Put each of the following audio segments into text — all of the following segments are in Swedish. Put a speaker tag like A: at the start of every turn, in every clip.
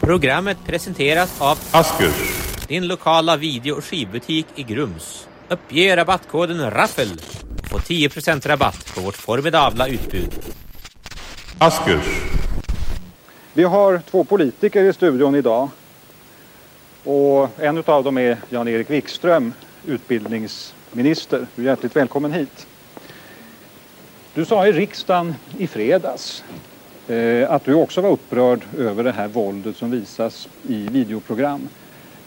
A: Programmet presenteras av
B: Askers.
A: din lokala video och skivbutik i Grums. Uppge rabattkoden RAFFEL och få 10% rabatt på vårt formidabla utbud.
B: Askers.
C: Vi har två politiker i studion idag. Och en av dem är Jan-Erik Wikström, utbildningsminister. Du är hjärtligt välkommen hit. Du sa i riksdagen i fredags eh, att du också var upprörd över det här våldet som visas i videoprogram.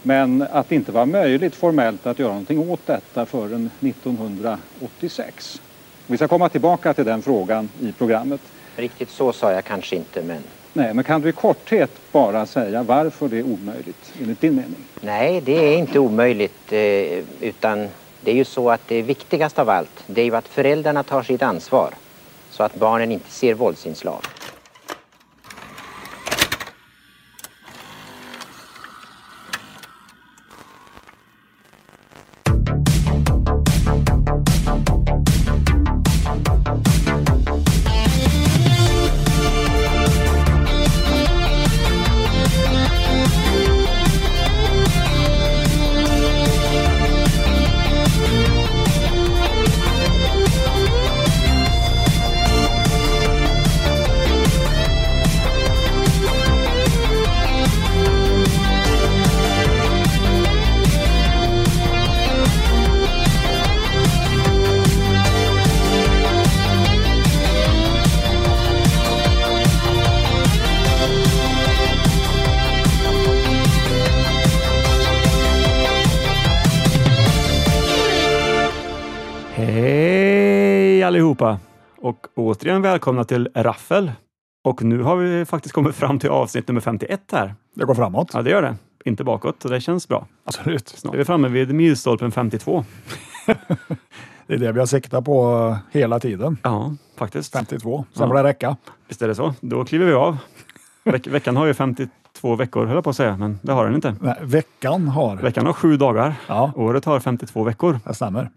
C: Men att det inte var möjligt formellt att göra någonting åt detta förrän 1986. Vi ska komma tillbaka till den frågan i programmet.
D: Riktigt så sa jag kanske inte, men
C: Nej, men kan du i korthet bara säga varför det är omöjligt enligt din mening?
D: nej, det är inte omöjligt. eh, Utan det är ju så att det viktigaste av allt, det är ju att föräldrarna tar sitt ansvar. Så att barnen inte ser våldsinslag.
E: Hej allihopa! Och återigen välkomna till Raffel. Och nu har vi faktiskt kommit fram till avsnitt nummer 51 här.
F: Det går framåt.
E: Ja, det gör det. Inte bakåt, så det känns bra.
F: Absolut.
E: Snart är vi framme vid milstolpen 52.
F: Det är det vi har siktat på eh, hela tiden.
E: Ja, faktiskt.
F: 52.
E: Ja.
F: Sen får det räcka.
E: Visst är det så? Då kliver vi av. Veck veckan har ju 52 veckor, höll jag på att säga, men det har den inte.
F: Nej, veckan har...
E: Veckan har sju dagar.
F: Ja,
E: Året har 52 veckor.
F: det stämmer.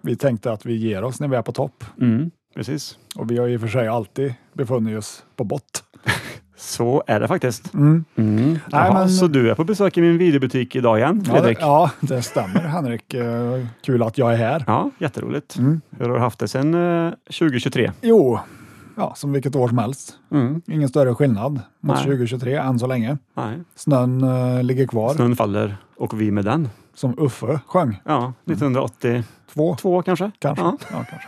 F: Vi tänkte att vi ger oss när vi är på topp.
E: Mm, precis.
F: Och vi har i och för sig alltid befunnit oss på bott.
E: Så är det faktiskt.
F: Mm.
E: Mm. Jaha,
F: men-
E: Så du är på besök i min videobutik idag igen,
F: Ja, det,
E: Fredrik?
F: ja, det stämmer Henrik. Eh, Kul att jag är här.
E: Ja, jätteroligt.
F: Mm.
E: Hur har du haft det sedan eh, 2023?
F: Jo, ja, som vilket år som helst. Ingen större skillnad mot
E: Mm. Nej.
F: 2023 än så länge.
E: Nej.
F: Snön eh, ligger kvar,
E: Snön faller och vi med den.
F: som Uffe sjöng.
E: Ja, 1982
F: Två
E: kanske?
F: kanske.
E: Ja.
F: Ja. kanske.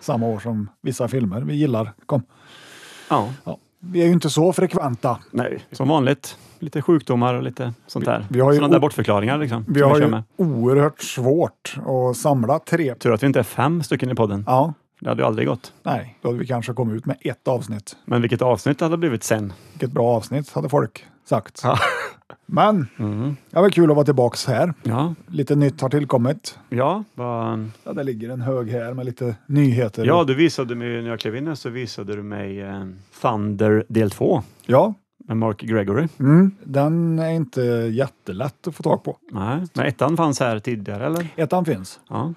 F: Samma år som vissa filmer vi gillar kom.
E: ja.
F: Ja. Vi är ju inte så frekventa.
E: Nej, som vanligt. Lite sjukdomar och lite sånt där.
F: Vi- vi har ju
E: Sådana där
F: o-
E: bortförklaringar liksom.
F: Vi
E: som
F: har
E: kör
F: ju
E: med.
F: oerhört svårt att samla tre.
E: Tur att vi inte är fem stycken i podden.
F: Ja,
E: Det hade ju aldrig gått.
F: nej, då hade vi kanske kommit ut med ett avsnitt.
E: Men vilket avsnitt det hade blivit sen.
F: Vilket bra avsnitt hade folk sagt. Men,
E: Mm.
F: ja, vad kul att vara tillbaks här.
E: Ja,
F: Lite nytt har tillkommit.
E: ja. Vad-
F: Ja, det ligger en hög här med lite nyheter.
E: ja du visade mig, när jag klev in här så visade du mig eh, Thunder del 2
F: ja.
E: med Mark Gregory.
F: Mm. Den är inte jättelätt att få tag på.
E: Nej, men ettan fanns här tidigare eller?
F: Ettan finns.
E: Ja.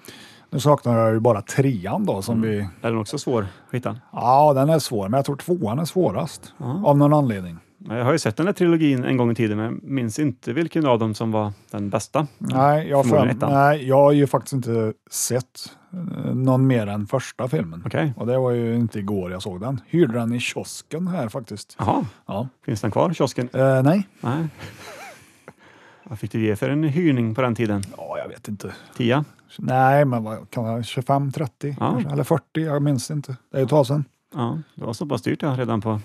F: Nu saknar jag ju bara trean då som vi...
E: Är den också svår att hitta?
F: Ja, den är svår, men jag tror tvåan är svårast. Av någon anledning.
E: Jag har ju sett den här trilogin en gång i tiden, men jag minns inte vilken av dem som var den bästa.
F: Nej, jag,
E: Förmodligen
F: fram,
E: ettan.
F: nej, jag har ju faktiskt inte sett eh, någon mer än första filmen.
E: Okej.
F: Och det var ju inte igår jag såg den. Hyrde den i kiosken här faktiskt.
E: Jaha,
F: Ja.
E: finns den kvar, kiosken?
F: Eh, nej.
E: Nej. Vad fick du ge för en hyrning på den tiden?
F: Ja, jag vet inte.
E: Tia?
F: Nej, men vad kan jag, 25, 30
E: Ja.
F: kanske, eller 40, jag minns inte. Det är ju ett tag sedan.
E: Ja, det var så pass dyrt ja, redan på...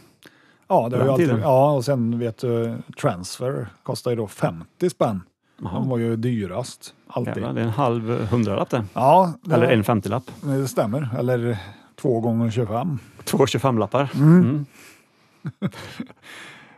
F: Ja, det har ju
E: Den
F: alltid,
E: tiden.
F: ja, och sen vet du, transfer kostar ju då 50 spänn. De var ju dyrast, alltid.
E: Jävlar, det är en halv hundralapp det.
F: Ja, det,
E: Eller en femtiolapp.
F: det stämmer. Eller två gånger 25.
E: Två 25-lappar. Mm.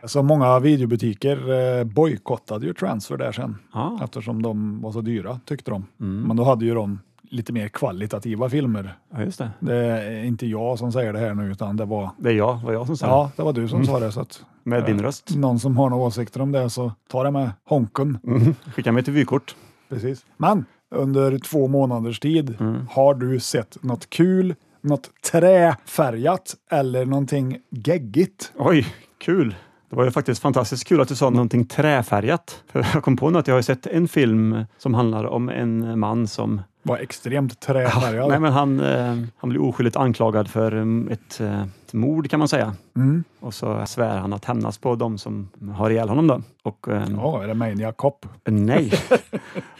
F: Så många videobutiker eh, bojkottade ju transfer där sen
E: Ja. Mm.
F: eftersom de var så dyra tyckte de. Men då hade ju de lite mer kvalitativa filmer.
E: ja, just det.
F: Det är inte jag som säger det här nu utan det var
E: Det är jag, var jag som sa
F: Ja, det var du som sa det. Så att
E: Mm.
F: eh,
E: Med din röst.
F: någon som har några åsikter om det så ta det med honken.
E: Mm. Skicka mig till vykort.
F: Precis. Men under två månaders tid,
E: Mm.
F: har du sett något kul, något träfärgat eller någonting geggigt?
E: Oj, kul! Det var ju faktiskt fantastiskt kul att du sa någonting träfärgat. För jag kom på nu att jag har ju sett en film som handlar om en man som...
F: Var extremt träfärgad.
E: Nej, men han, eh, han blir oskyldigt anklagad för eh, ett, eh, ett mord kan man säga.
F: mm.
E: Och så svär han att hämnas på dem som har ihjäl honom. Då. Och, eh,
F: Ja, är det Maniac Cop?
E: Nej.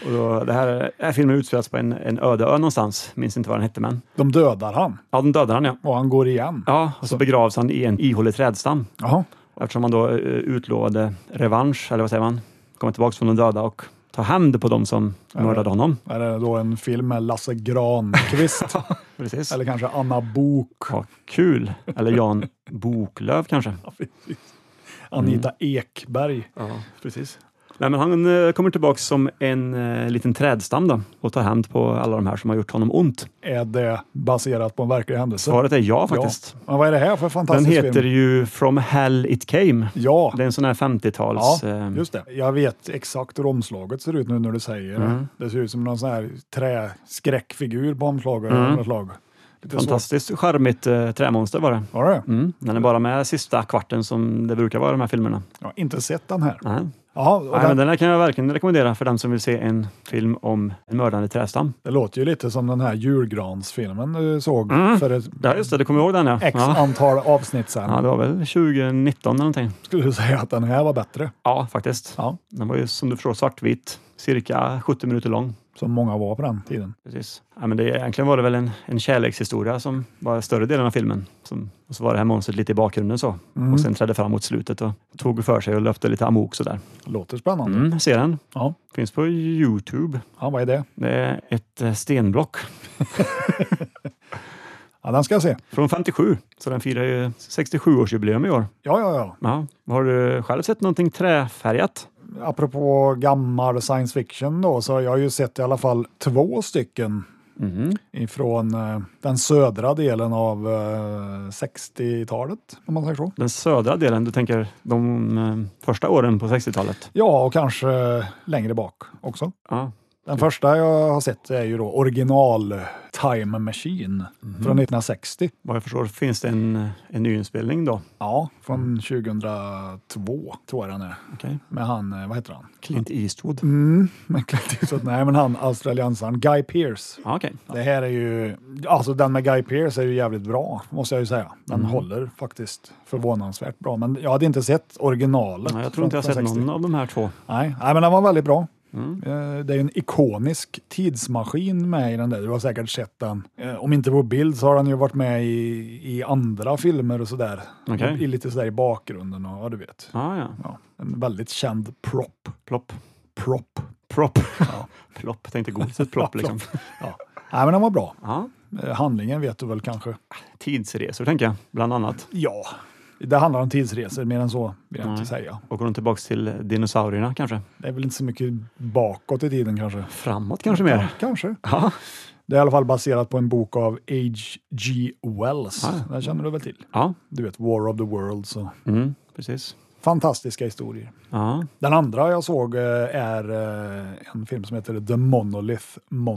E: och då, det här, den här filmen utspelas på en, en öde ö någonstans. Minns inte vad den hette, men
F: De dödar han
E: ja, den dödar han. Ja.
F: och han går igen.
E: Ja, och så begravs han i en ihålig trädstam
F: Jaha.
E: eftersom han då eh, utlovade revansch, eller vad säger man? Komma tillbaka från de döda och ta hämnd på dem som mördade honom.
F: Är det då en film med Lasse Granqvist?
E: Precis.
F: Eller kanske Anna Bok?
E: Ja, kul! Eller Jan Boklöv kanske.
F: Anita
E: Mm.
F: Ekberg?
E: Ja, precis. Nej, men han eh, kommer tillbaka som en eh, liten trädstam då, och tar hämnd på alla de här som har gjort honom ont.
F: Är det baserat på en verklig händelse?
E: Svaret är ja faktiskt.
F: Ja. Men vad är det här för
E: Den
F: fantastisk
E: heter
F: film?
E: ju From Hell It Came.
F: Ja,
E: Det är en sån här 50-tals...
F: ja,
E: eh,
F: just det. Jag vet exakt hur omslaget ser ut nu när du säger
E: Mm.
F: det. Det ser ut som någon sån här träskräckfigur på omslaget. Mm. Slag. Lite
E: fantastiskt charmigt eh, trämonster var det.
F: svårt. Var det?
E: Mm. Den är bara med sista kvarten som det brukar vara i de här filmerna.
F: Jag har inte sett den här.
E: Nej.
F: Ja, och
E: Nej,
F: den,
E: men den här kan jag verkligen rekommendera för den som vill se en film om en mördande trädstam.
F: Det låter ju lite som den här julgransfilmen du såg
E: Mm.
F: för ett
E: Ja, just det. Du kommer ihåg den ja.
F: x
E: ja.
F: antal avsnitt sedan.
E: ja. Det var väl 2019 eller någonting.
F: Skulle du säga att den här var bättre?
E: Ja, faktiskt.
F: Ja,
E: Den var ju som du förstår svartvit, cirka 70 minuter lång.
F: som många var på den tiden.
E: Precis. Ja, men det, egentligen var det väl en, en kärlekshistoria som var större delen av filmen. Som, och så var det här monstret lite i bakgrunden så. Och sen trädde fram mot slutet och tog för sig och löpte lite amok sådär.
F: Låter spännande.
E: Mm, ser den.
F: Ja.
E: Finns på Youtube.
F: ja, vad är det?
E: Det är ett eh, stenblock
F: Ja, den ska jag se.
E: från 57. Så den firar ju 67-årsjubileum i år.
F: Ja, ja, ja.
E: Ja. Har du själv sett någonting träfärgat?
F: Apropå gammal science fiction då, så har jag ju sett i alla fall två stycken
E: Mhm.
F: ifrån eh, den södra delen av eh, 60-talet, om man säger så.
E: Den södra delen, du tänker de eh, första åren på 60-talet?
F: Ja, och kanske eh, längre bak också.
E: Ja.
F: Den första jag har sett är ju då original Time Machine
E: Mhm.
F: från 1960.
E: Vad jag förstår finns det en, en nyinspelning då.
F: Ja, från 2002 tror jag den är.
E: Okej.
F: Med han, eh, vad heter han?
E: Clint Eastwood.
F: Men Clint Eastwood, nej men han australiensaren Guy Pearce.
E: Ja, okej.
F: Det här är ju, alltså den med Guy Pearce är ju jävligt bra måste jag ju säga. Den
E: Mm.
F: håller faktiskt förvånansvärt bra. Men jag hade inte sett originalet.
E: Ja, jag tror
F: från-
E: inte jag har sett
F: från 60.
E: någon av Mm. de här två.
F: Nej, nej, men den var väldigt bra. Eh, Det är en ikonisk tidsmaskin med i den där. Du har säkert sett den. Eh, Om inte på bild så har den ju varit med i, i andra filmer och sådär.
E: Okej.
F: I lite sådär i bakgrunden och ja, du vet.
E: Ah, ja.
F: Ja, en väldigt känd prop.
E: Plopp.
F: Prop.
E: Propp. Plopp. Tänkte godiset plopp liksom.
F: Ja. Nej, men den var bra.
E: Ja.
F: Eh, Handlingen vet du väl kanske?
E: Tidsresor tänker jag, bland annat.
F: Ja, det handlar om tidsresor. Mer än så vill jag
E: Nej.
F: inte säga.
E: Och går de tillbaks till dinosaurierna kanske?
F: Det är väl inte så mycket bakåt i tiden kanske.
E: Framåt kanske mer?
F: Kanske.
E: Ja.
F: Det är i alla fall baserat på en bok av H.G. Wells.
E: Ah.
F: Den känner du väl till?
E: Ja,
F: Du vet, War of the Worlds och
E: mm, precis.
F: fantastiska historier.
E: Ja.
F: Den andra jag såg eh, är eh, en film som heter The Monolith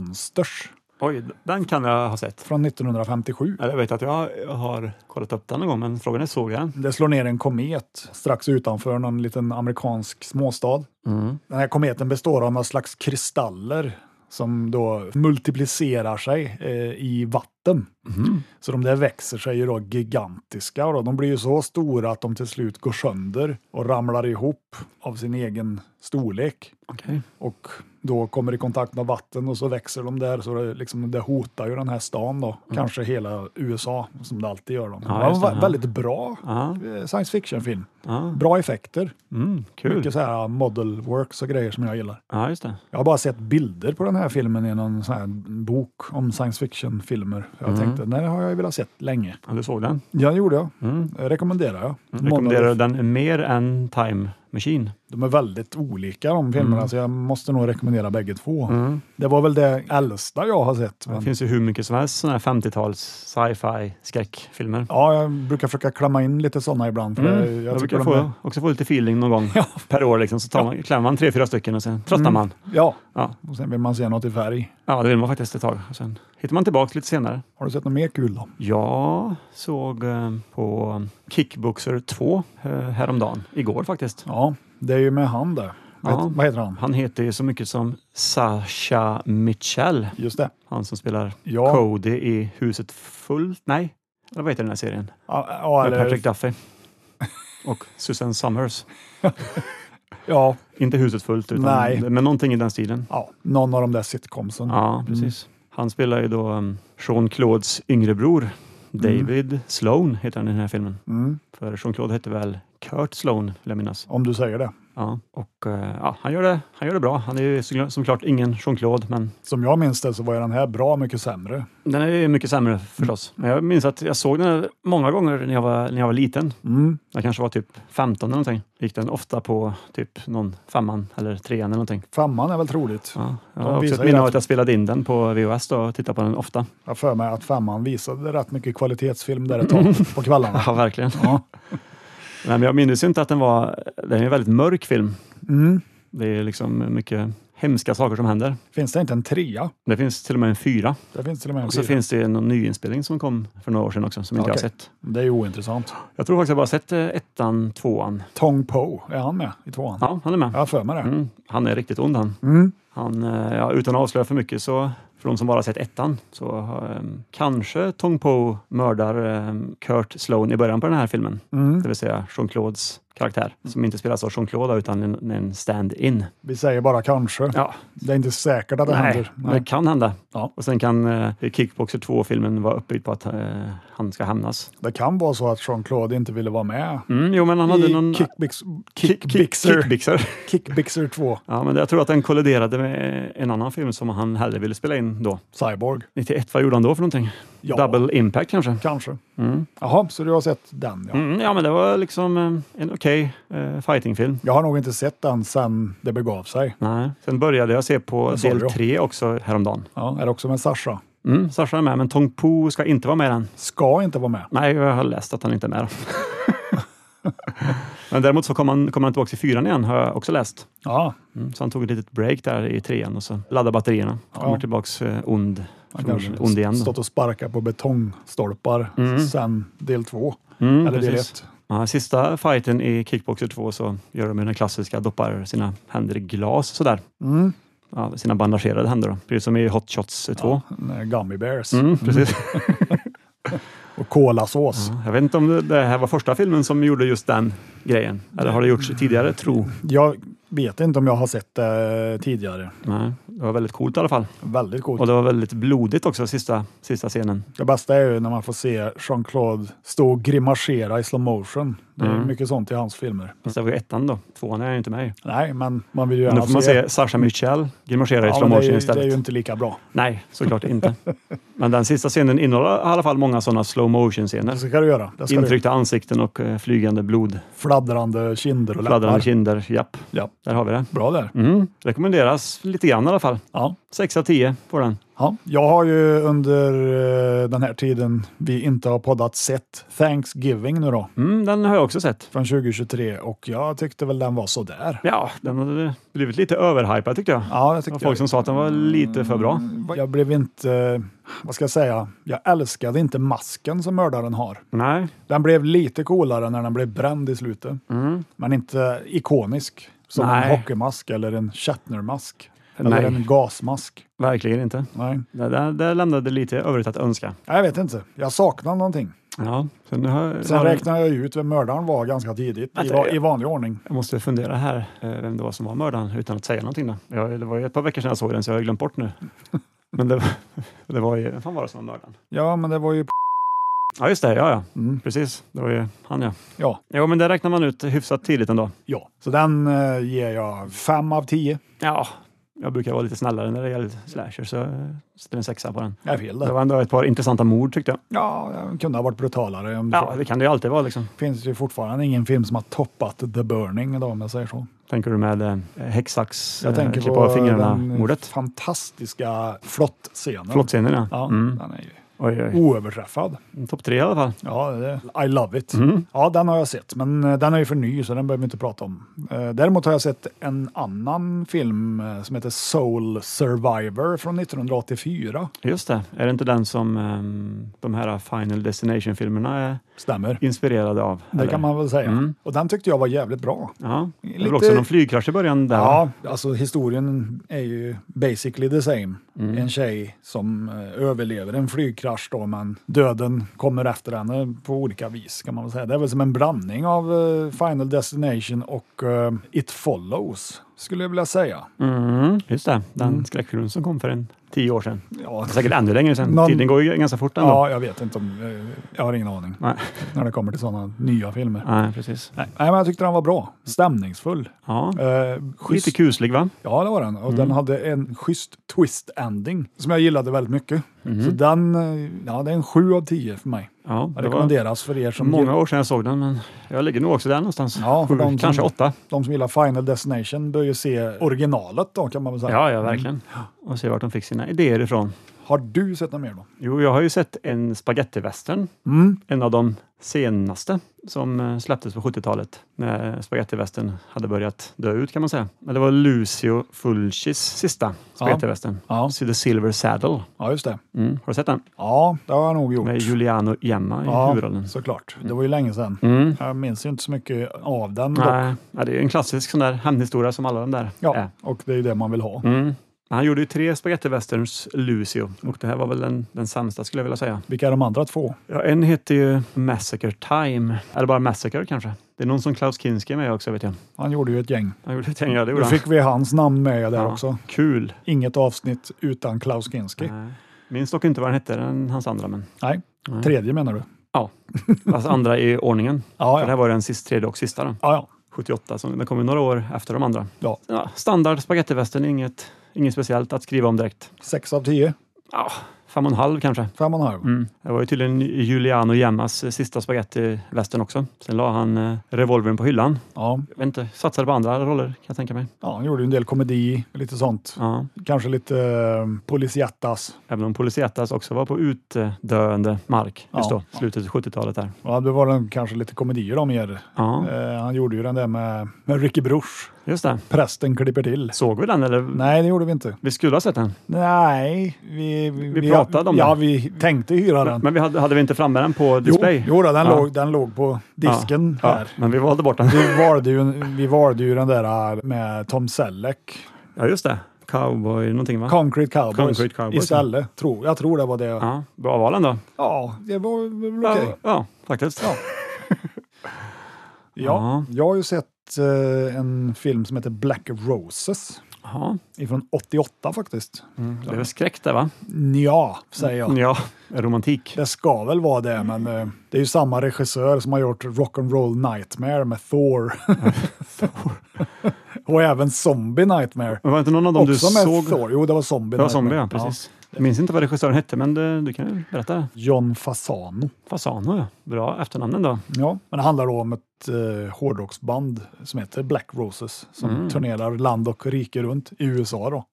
F: Monsters
E: Oj, den kan jag ha sett.
F: från 1957.
E: Eller jag vet att jag jag har kollat upp den någon gång, men frågan är såg jag den?
F: Det slår ner en komet strax utanför någon liten amerikansk småstad. Den här kometen består av några slags kristaller som då multiplicerar sig eh, i vatten. Så de där växer sig ju då gigantiska och då, de blir ju så stora att de till slut går sönder och ramlar ihop av sin egen storlek
E: Okej.
F: och då kommer i kontakt med vatten och så växer de där så det, liksom, det hotar ju den här stan då. Kanske hela USA som det alltid gör. Då.
E: Ja,
F: det
E: just det,
F: var en
E: ja.
F: vä- väldigt bra
E: Ja.
F: eh, science fiction-film.
E: Ja.
F: Bra effekter,
E: Mm, kul.
F: mycket så här model works och grejer som jag gillar.
E: Ja, just det.
F: Jag har bara sett bilder på den här filmen i någon sån här bok om science fiction-filmer. Jag
E: Mm.
F: tänkte, nej, det har jag ju velat sett länge.
E: Ja, du såg den.
F: Ja, det gjorde jag. Mm. Rekommenderar jag.
E: Rekommenderar du
F: Monolith.
E: den mer än Time Machine?
F: De är väldigt olika de filmerna,
E: Mm.
F: så jag måste nog rekommendera bägge två. Det var väl det äldsta jag har sett.
E: Det
F: Men,
E: finns ju hur mycket som helst sådana här 50-tals sci-fi skräckfilmer.
F: ja, jag brukar försöka klämma in lite sådana ibland. För det-
E: Mm.
F: jag
E: Jag
F: tycker
E: brukar
F: de är-
E: få, också få lite feeling någon gång
F: Ja. Mm.
E: per år. Liksom, så tar man, klämmer man tre, fyra stycken och sen tröttnar man.
F: Ja,
E: Ja.
F: och sen vill man se något i färg.
E: ja, det vill man faktiskt ett tag. Och sen hittar man tillbaka lite senare.
F: Har du sett något mer kul då?
E: Jag såg eh, på Kickboxer 2 eh, häromdagen, igår faktiskt.
F: Ja, det är ju med han där. Vad
E: Ja.
F: heter- Vad heter han?
E: Han heter ju så mycket som Sasha Mitchell.
F: Just det.
E: Han som spelar
F: Ja.
E: Cody i Huset fullt. Nej, eller vad heter den här serien?
F: Ja, ja,
E: Med
F: eller,
E: Patrick Duffy. Och Susan Summers.
F: ja,
E: Inte Huset fullt, utan,
F: Nej. Mm.
E: men någonting i den stilen.
F: ja, någon av de där sitcomsen.
E: Ja, precis. Han spelar ju då um, Jean-Claudes yngre bror. David Sloan heter han i den här filmen.
F: Mm,
E: För Jean-Claude hette väl Kurt Sloan, vill jag minnas.
F: om du säger det.
E: Ja, och eh, ja, han, gör det, han gör det bra. Han är ju så- såklart ingen Jean-Claude, men
F: Som jag minns det så var ju den här bra mycket sämre.
E: den är ju mycket sämre förstås. Men jag minns att jag såg den här många gånger när jag var, när jag var liten.
F: Mm.
E: Jag kanske var typ 15 eller någonting. Gick den ofta på typ någon femman eller trean eller någonting.
F: Femman är väl troligt.
E: Ja, jag
F: De
E: har också
F: visar
E: ett
F: ju
E: minne av
F: rätt-
E: att jag spelade in den på VHS då och tittade på den ofta.
F: Jag har för mig att femman visade rätt mycket kvalitetsfilm där ett tag på kvällarna.
E: Ja, verkligen.
F: Ja.
E: Nej, men jag minns ju inte att den var... Det är en väldigt mörk film.
F: Mm.
E: Det är liksom mycket hemska saker som händer.
F: Finns det inte en trea?
E: Det finns till och med en fyra.
F: Det finns till och med en
E: Och så
F: fyra.
E: finns det någon nyinspelning som kom för några år sedan också som inte jag
F: Okej.
E: har sett.
F: Det är ju ointressant.
E: Jag tror faktiskt jag bara sett eh, ettan, tvåan.
F: Tong Po, är han med i tvåan?
E: Ja, han är med.
F: Jag har för mig det.
E: Mm, han är riktigt ond han.
F: Mm.
E: han eh, ja, utan att avslöja för mycket så, för de som bara sett ettan, så eh, kanske Tong Po mördar eh, Kurt Sloan i början på den här filmen.
F: Mm.
E: Det vill säga Jean-Claudes karaktär, som inte spelas av Jean-Claude utan en, en stand-in.
F: Vi säger bara kanske.
E: Ja,
F: Det är inte säkert att det
E: Nej,
F: händer.
E: det kan hända.
F: Ja.
E: Och sen kan eh, Kickboxer 2-filmen vara uppbyggd på att eh, han ska hämnas.
F: Det kan vara så att Jean-Claude inte ville vara med
E: Mm, jo, men han hade
F: i
E: någon...
F: Kickbix,
E: Kick- kick-
F: Kickbixer,
E: Kickbixer.
F: Kickbixer 2,
E: Ja, men jag tror att den kolliderade med en annan film som han hellre ville spela in då.
F: Cyborg.
E: 91, vad gjorde han då för någonting?
F: Ja,
E: Double Impact kanske?
F: kanske.
E: Mm.
F: Jaha, så du har sett den ja.
E: Mm, ja, men det var liksom eh, en okej eh, fightingfilm.
F: Jag har nog inte sett den sen det begav sig.
E: Nej. Sen började jag se på
F: Den såg
E: del
F: jag.
E: tre också häromdagen.
F: Ja, är det också med Sasha?
E: Mm, Sasha är med, men Tong Po ska inte vara med i den.
F: Ska inte vara med.
E: Nej, jag har läst att han inte är med. men däremot så kom han, kom han tillbaka till fyran igen, har jag också läst.
F: Ja,
E: Mm, så han tog ett litet break där i trean och så laddade batterierna. Kommer
F: Ja.
E: tillbaks eh, ond.
F: han
E: Från-
F: kanske
E: ond igen.
F: stått och sparkat på betongstolpar
E: Mm.
F: sen del två.
E: Mm,
F: eller del
E: precis.
F: ett.
E: Ja, sista fighten i Kickboxer 2 så gör de ju den klassiska, doppar sina händer i glas sådär.
F: Mm.
E: Ja, sina bandagerade händer då. Precis som i Hot Shots 2.
F: Nej, Gummy bears
E: Mm, precis.
F: och kolasås.
E: Ja, Jag vet inte om det- det här var första filmen som gjorde just den grejen. Eller har det gjorts tidigare, tro?
F: Jag vet inte om jag har sett det tidigare.
E: Nej, det var väldigt coolt i alla fall.
F: Väldigt coolt.
E: Och det var väldigt blodigt också, sista, sista scenen.
F: Det bästa är ju när man får se Jean-Claude stå och grimasera i slow motion. Det är ju
E: Mm.
F: mycket sånt i hans filmer.
E: Fast det var ju ettan då. Tvåan är jag ju inte med i.
F: Nej, men man vill ju
E: Men
F: gärna
E: då får man se Sasha Mitchell grimasera i
F: Ja,
E: slow
F: men det, är,
E: motion
F: ju- det
E: istället.
F: är ju inte lika bra.
E: Nej, såklart inte. Men den sista scenen innehåller i alla fall många sådana slow motion
F: Det
E: scener.
F: ska du göra. Det ska du göra.
E: Intryckta ansikten och eh, flygande blod.
F: Fladdrande kinder och
E: Fladdrande
F: läppar.
E: kinder. Japp,
F: Ja,
E: där har vi det.
F: bra där.
E: Mm. Rekommenderas lite grann i alla fall.
F: Ja.
E: 6 av 10 får den.
F: Ja, jag har ju under eh, den här tiden vi inte har poddat sett Thanksgiving nu då,
E: Mm, den har jag också sett.
F: från 2023 och jag tyckte väl den var sådär.
E: Ja, den hade blivit lite överhypad tyckte jag.
F: Ja, Mm. jag
E: Det var
F: tyckte
E: folk som sa att den var lite för bra.
F: jag, jag blev inte, eh, vad ska jag säga, jag älskade inte masken som mördaren har.
E: Nej.
F: Den blev lite coolare när den blev bränd i slutet,
E: Mm.
F: men inte ikonisk som
E: Nej.
F: en hockeymask eller en Shatner-mask.
E: Nej.
F: Eller en gasmask.
E: Verkligen inte.
F: Nej,
E: Det, det, det lämnade lite övrigt att önska.
F: jag vet inte. Jag saknar någonting.
E: Ja. Sen har,
F: Sen
E: har,
F: räknar jag ju ut vem mördaren var ganska tidigt, i,
E: Vänta,
F: va-
E: jag-
F: i vanlig ordning.
E: jag måste fundera här eh, vem det var som var mördaren utan att säga någonting. Då. Ja, det var ju ett par veckor sedan jag såg den så jag har glömt bort nu. Men det, var- det var ju... Vem fan var det som var mördaren?
F: Ja, men det var ju...
E: Ja, just det. Ja, ja.
F: Mm.
E: Precis. Det var ju han ja.
F: Ja,
E: Jo, men det räknar man ut hyfsat tidigt ändå.
F: ja. Så den eh, ger jag fem av tio.
E: Ja, Jag brukar vara lite snällare när det gäller slasher, så jag sätter en sexa på den.
F: Jag är fel
E: Det
F: där.
E: var ändå ett par intressanta mord tyckte jag.
F: Ja, jag kunde ha varit brutalare. Om du
E: Ja,
F: frågar.
E: det kan det ju alltid vara liksom.
F: Det finns ju fortfarande ingen film som har toppat The Burning idag om jag säger så.
E: Tänker du med eh, häcksax,
F: Jag
E: eh,
F: tänker
E: klippa
F: på
E: av
F: den
E: fingrarna-mordet?
F: fantastiska flottscenen.
E: Flottscenen ja.
F: Ja,
E: Mm.
F: den är ju
E: Oj, oj.
F: oöverträffad.
E: Topp tre i alla fall.
F: Ja, det- I love it.
E: Mm.
F: Ja, den har jag sett, men eh, den är ju för ny så den behöver vi inte prata om. Eh, Däremot har jag sett en annan film eh, som heter Soul Survivor från 1984.
E: Just det. Är det inte den som ehm, de här Final Destination-filmerna är
F: Stämmer.
E: inspirerade av?
F: Det
E: eller?
F: kan man väl säga.
E: Mm.
F: Och den tyckte jag var jävligt bra.
E: Ja. Det är väl
F: Lite-
E: också någon flygkrasch i början där? va?
F: Ja, alltså historien är ju basically the same.
E: Mm.
F: En tjej som eh, överlever en flygkrasch då, men döden kommer efter henne på olika vis kan man väl säga. Det är väl som en blandning av eh, Final Destination och eh, It Follows, skulle jag vilja säga.
E: Mm. Just det. Den skräckfilmen som kom för en tio år sedan.
F: Ja,
E: Säkert ännu längre sedan.
F: Någon-
E: Tiden går ju ganska fort ändå.
F: ja jag vet inte om, eh, jag har ingen aning
E: Nej.
F: när det kommer till sådana nya filmer.
E: Nej, precis.
F: Nej, men jag tyckte den var bra. Stämningsfull.
E: Ja.
F: Eh,
E: Lite
F: schysst.
E: kuslig va?
F: Ja, det var den. Och
E: Mm.
F: den hade en schysst twist-ending som jag gillade väldigt mycket. Så den, eh, ja, det är en 7 av 10 för mig.
E: Ja,
F: Jag
E: Mm-hmm. det var
F: rekommenderas för er som,
E: många
F: gill-
E: år sedan jag såg den, men jag ligger nog också där någonstans.
F: Ja, för
E: Sju,
F: de som-
E: kanske åtta.
F: de som gillar Final Destination bör ju se originalet då kan man väl säga. Mm.
E: Ja, ja, verkligen. Och se vart de fick sina idéer ifrån.
F: Har du sett något mer då? Mm.
E: Jo, jag har ju sett en spagettivästern. En av de senaste som eh, släpptes på 70-talet när spagettivästern hade börjat dö ut kan man säga. Men det var Lucio Fulcis sista spagettivästern.
F: Ja.
E: Så The Silver Saddle.
F: Ja, just det.
E: Mm. Har du sett den?
F: Ja, det har jag nog gjort.
E: Med Giuliano Gemma i
F: ja,
E: huvudrollen.
F: såklart. Det var ju länge sedan.
E: Mm.
F: Jag minns ju inte så mycket av den dock.
E: Nej, ja, det är ju en klassisk sån där hämndhistoria som alla de där är.
F: Ja, och det är ju det man vill ha.
E: Mm. Han gjorde ju tre spagettivästerns Lucio och det här var väl den, den sämsta skulle jag vilja säga.
F: Vilka är de andra två?
E: Ja, en heter ju Massacre Time, eller bara Massacre kanske. Det är någon som Klaus Kinski är med också vet jag.
F: Han gjorde ju ett gäng.
E: Han gjorde ett gäng, ja det gjorde
F: Då
E: han.
F: fick vi hans namn med där
E: Ja.
F: också.
E: Kul!
F: Inget avsnitt utan Klaus Kinski.
E: Nej. Minns dock inte vad den hette, den, hans andra. Men,
F: Nej,
E: Nej.
F: tredje menar du?
E: alltså andra i ordningen.
F: Ja,
E: För det
F: ja.
E: här var den sist, tredje och sista då.
F: ja, ja.
E: 78, så den kom ju några år efter de andra.
F: Ja.
E: standard spagettivästern, inget, inget speciellt att skriva om direkt.
F: Sex av tio,
E: Ja, fem och en halv kanske.
F: fem och en halv.
E: Mm. Det var ju tydligen Juliano Gemmas eh, sista spagettivästern också. Sen la han eh, revolvern på hyllan.
F: Ja.
E: Jag vet inte, satsade på andra roller kan jag tänka mig.
F: ja, han gjorde ju en del komedi, lite sånt.
E: Ja.
F: Kanske lite eh, Policietas.
E: Även om Policetas också var på utdöende mark just
F: Ja.
E: då, slutet av 70-talet där.
F: Ja, det var den kanske lite komedier då mer.
E: Ja,
F: Eh, han gjorde ju den där med, med Ricky Bruch.
E: just det.
F: Prästen klipper till.
E: Såg vi den eller?
F: Nej, det gjorde vi inte.
E: Vi skulle ha sett den,
F: Nej, vi,
E: Vi pratade om
F: Ja,
E: den.
F: vi tänkte hyra den.
E: men vi hade, hade vi inte framme den på
F: Jo,
E: display?
F: jo då, den,
E: Ja.
F: låg, den låg på disken
E: ja.
F: här.
E: Men vi valde bort den.
F: Vi valde, ju, vi valde ju den där eh, med Tom Selleck.
E: Ja, just det. Cowboy någonting va?
F: Concrete Cowboys,
E: Concrete Cowboys,
F: istället. Tror, jag tror det var det. Ja,
E: ja, bra val ändå.
F: det var väl okej.
E: Ja, ja, faktiskt.
F: Ja. Ja, jag har ju sett eh, en film som heter Black Roses.
E: Ja.
F: Ifrån 88 faktiskt.
E: Det är väl skräck det va?
F: Nja, säger jag.
E: Ja, romantik.
F: Det ska väl vara det,
E: Mm.
F: men eh, det är ju samma regissör som har gjort Rock'n'Roll Nightmare med Thor. Och även Zombie Nightmare.
E: Men var det inte någon av dem Mm, du
F: Också med
E: såg?
F: Thor. Jo, det var Zombie
E: Det var
F: Nightmare.
E: Zombie, ja. Precis. Jag minns inte vad regissören hette, men det, du kan ju berätta.
F: John Fasano.
E: Fasano, ja. Bra efternamn då.
F: Ja, men det handlar då om ett eh, hårdrocksband som heter Black Roses som turnerar land och rike runt i USA då.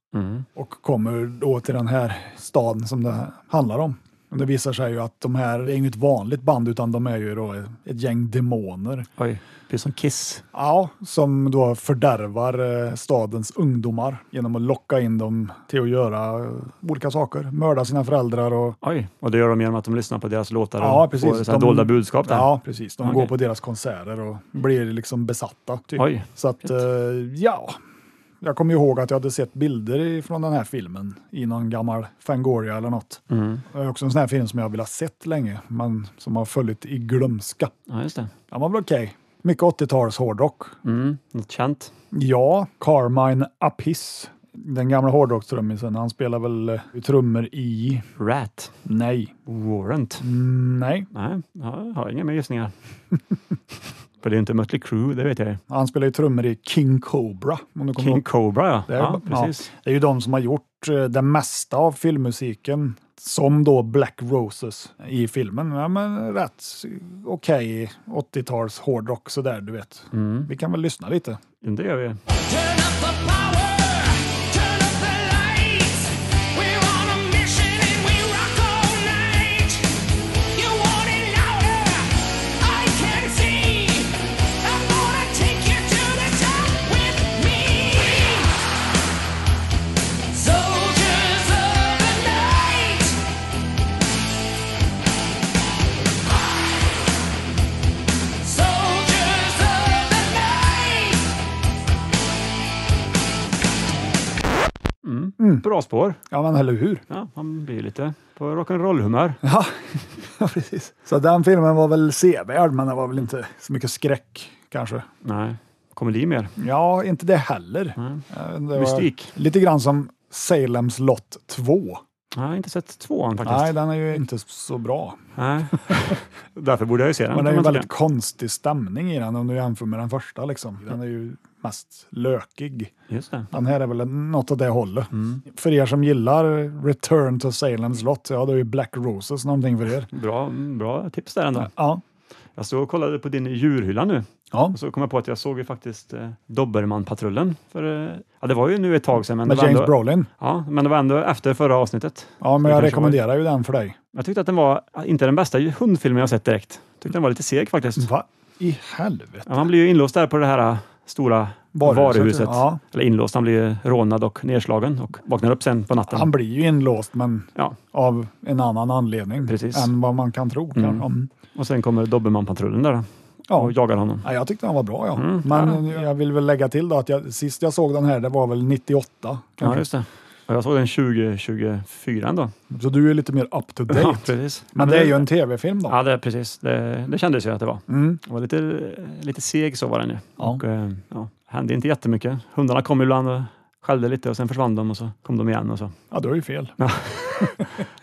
F: Och kommer då till den här staden som det handlar om. Och det visar sig ju att de här är inget vanligt band utan de är ju då ett gäng demoner.
E: Oj, precis som Kiss.
F: Ja, som då fördärvar eh, stadens ungdomar genom att locka in dem till att göra eh, olika saker. Mörda sina föräldrar och
E: Oj, och det gör de genom att de lyssnar på deras låtar
F: Ja,
E: och får
F: precis.
E: så här dolda budskap där.
F: Ja, precis. De
E: Okej.
F: går på deras konserter och blir liksom besatta. Typ.
E: Oj.
F: Så att, eh, ja. Jag kommer ju ihåg att jag hade sett bilder från den här filmen i någon gammal Fangoria eller något.
E: Mm.
F: Det är också en sån här film som jag har velat sett länge, men som har följt i glömska.
E: Ja, just det.
F: Ja, men väl okej. Mycket 80-tals hårdrock.
E: Mm, något känt.
F: Ja, Carmine Apiss. Den gamla hårdrockstrummisen. Han spelar väl eh, trummor i...
E: Rat.
F: Nej. Mm,
E: Warrant.
F: Nej.
E: Nej, jag har inga mer gissningar. spelar ju inte Mötley Crüe, det vet jag ju.
F: Han spelar ju trummor i King Cobra. Om du kommer
E: King
F: ihåg.
E: Cobra, ja.
F: Det är,
E: ja,
F: ja.
E: precis.
F: det är ju de som har gjort eh, det mesta av filmmusiken. Som då Black Roses i filmen. Ja, men rätt okej 80-tals hårdrock sådär, du vet.
E: Mm.
F: Vi kan väl lyssna lite.
E: Det gör vi.
G: Turn up the power, turn up the lights. We're on a mission and we rock all night. You want it louder? I can see. I'm gonna take you to the top with me. Soldiers of the night. Soldiers of the night.
E: Bra spår.
F: Ja, men eller hur?
E: Ja, man blir lite på rock'n'roll-humör.
F: Ja, ja, precis. Så den filmen var väl sevärd, men det var väl inte så mycket skräck kanske.
E: Nej, komedi mer.
F: Ja, inte det heller. Eh, Det var
E: Mm. Mystik.
F: Lite grann som Salems lott 2.
E: Nej, jag har inte sett tvåan faktiskt.
F: Nej,
E: Nej.
F: den är ju inte så bra.
E: Därför borde jag ju se den.
F: Men det är
E: kan man
F: ju en
E: tycka.
F: väldigt konstig stämning i den om du jämför med den första. Liksom. Den är ju mest lökig.
E: Just det.
F: Den här är väl något åt det hållet. För er som gillar Return to Salems lott, ja då är ju Black Roses någonting för er.
E: Bra, bra tips där ändå.
F: Ja.
E: Jag stod och kollade på din djurhylla nu
F: ja.
E: och så kom jag på att jag såg ju faktiskt eh, Dobermann-patrullen. För, eh, ja, det var ju nu ett tag sedan. Men
F: Med
E: det var
F: James
E: ändå,
F: Brolin.
E: Ja, men det var ändå efter förra avsnittet.
F: Ja,
E: Det
F: men jag
E: kanske var-
F: rekommenderar ju den för dig.
E: Jag tyckte att den var eh, inte den bästa hundfilmen jag sett direkt. Tyckte den var lite seg faktiskt.
F: Va? I helvete.
E: Ja, han blir ju inlåst där på det här eh, stora
F: Varuhuset,
E: varuhuset.
F: ja.
E: Eller inlåst, han blir ju rånad och nedslagen och vaknar upp sen på natten.
F: Han blir ju inlåst, men
E: Ja,
F: av en annan anledning
E: Precis.
F: än vad man kan tro. kanske. Mm.
E: och sen kommer Dobermann-patrullen där
F: Ja.
E: och jagar honom.
F: Ja, jag tyckte den var bra, ja.
E: Mm.
F: Men jag vill väl lägga till då att jag, sist jag såg den här, det var väl 98.
E: Ja,
F: Kanske.
E: just det. Och jag såg den 2024 ändå.
F: Så du är lite mer up to date.
E: Ja, precis.
F: Men det är ju en tv-film då.
E: Ja, det, precis. Det, det kändes ju att det var.
F: Mm.
E: Det var lite, lite seg så var den ju.
F: Ja.
E: Och, eh, ja, hände inte jättemycket. Hundarna kom ibland och skällde lite och sen försvann de och så kom de igen och så. Ja,
F: Ja, du har ju fel.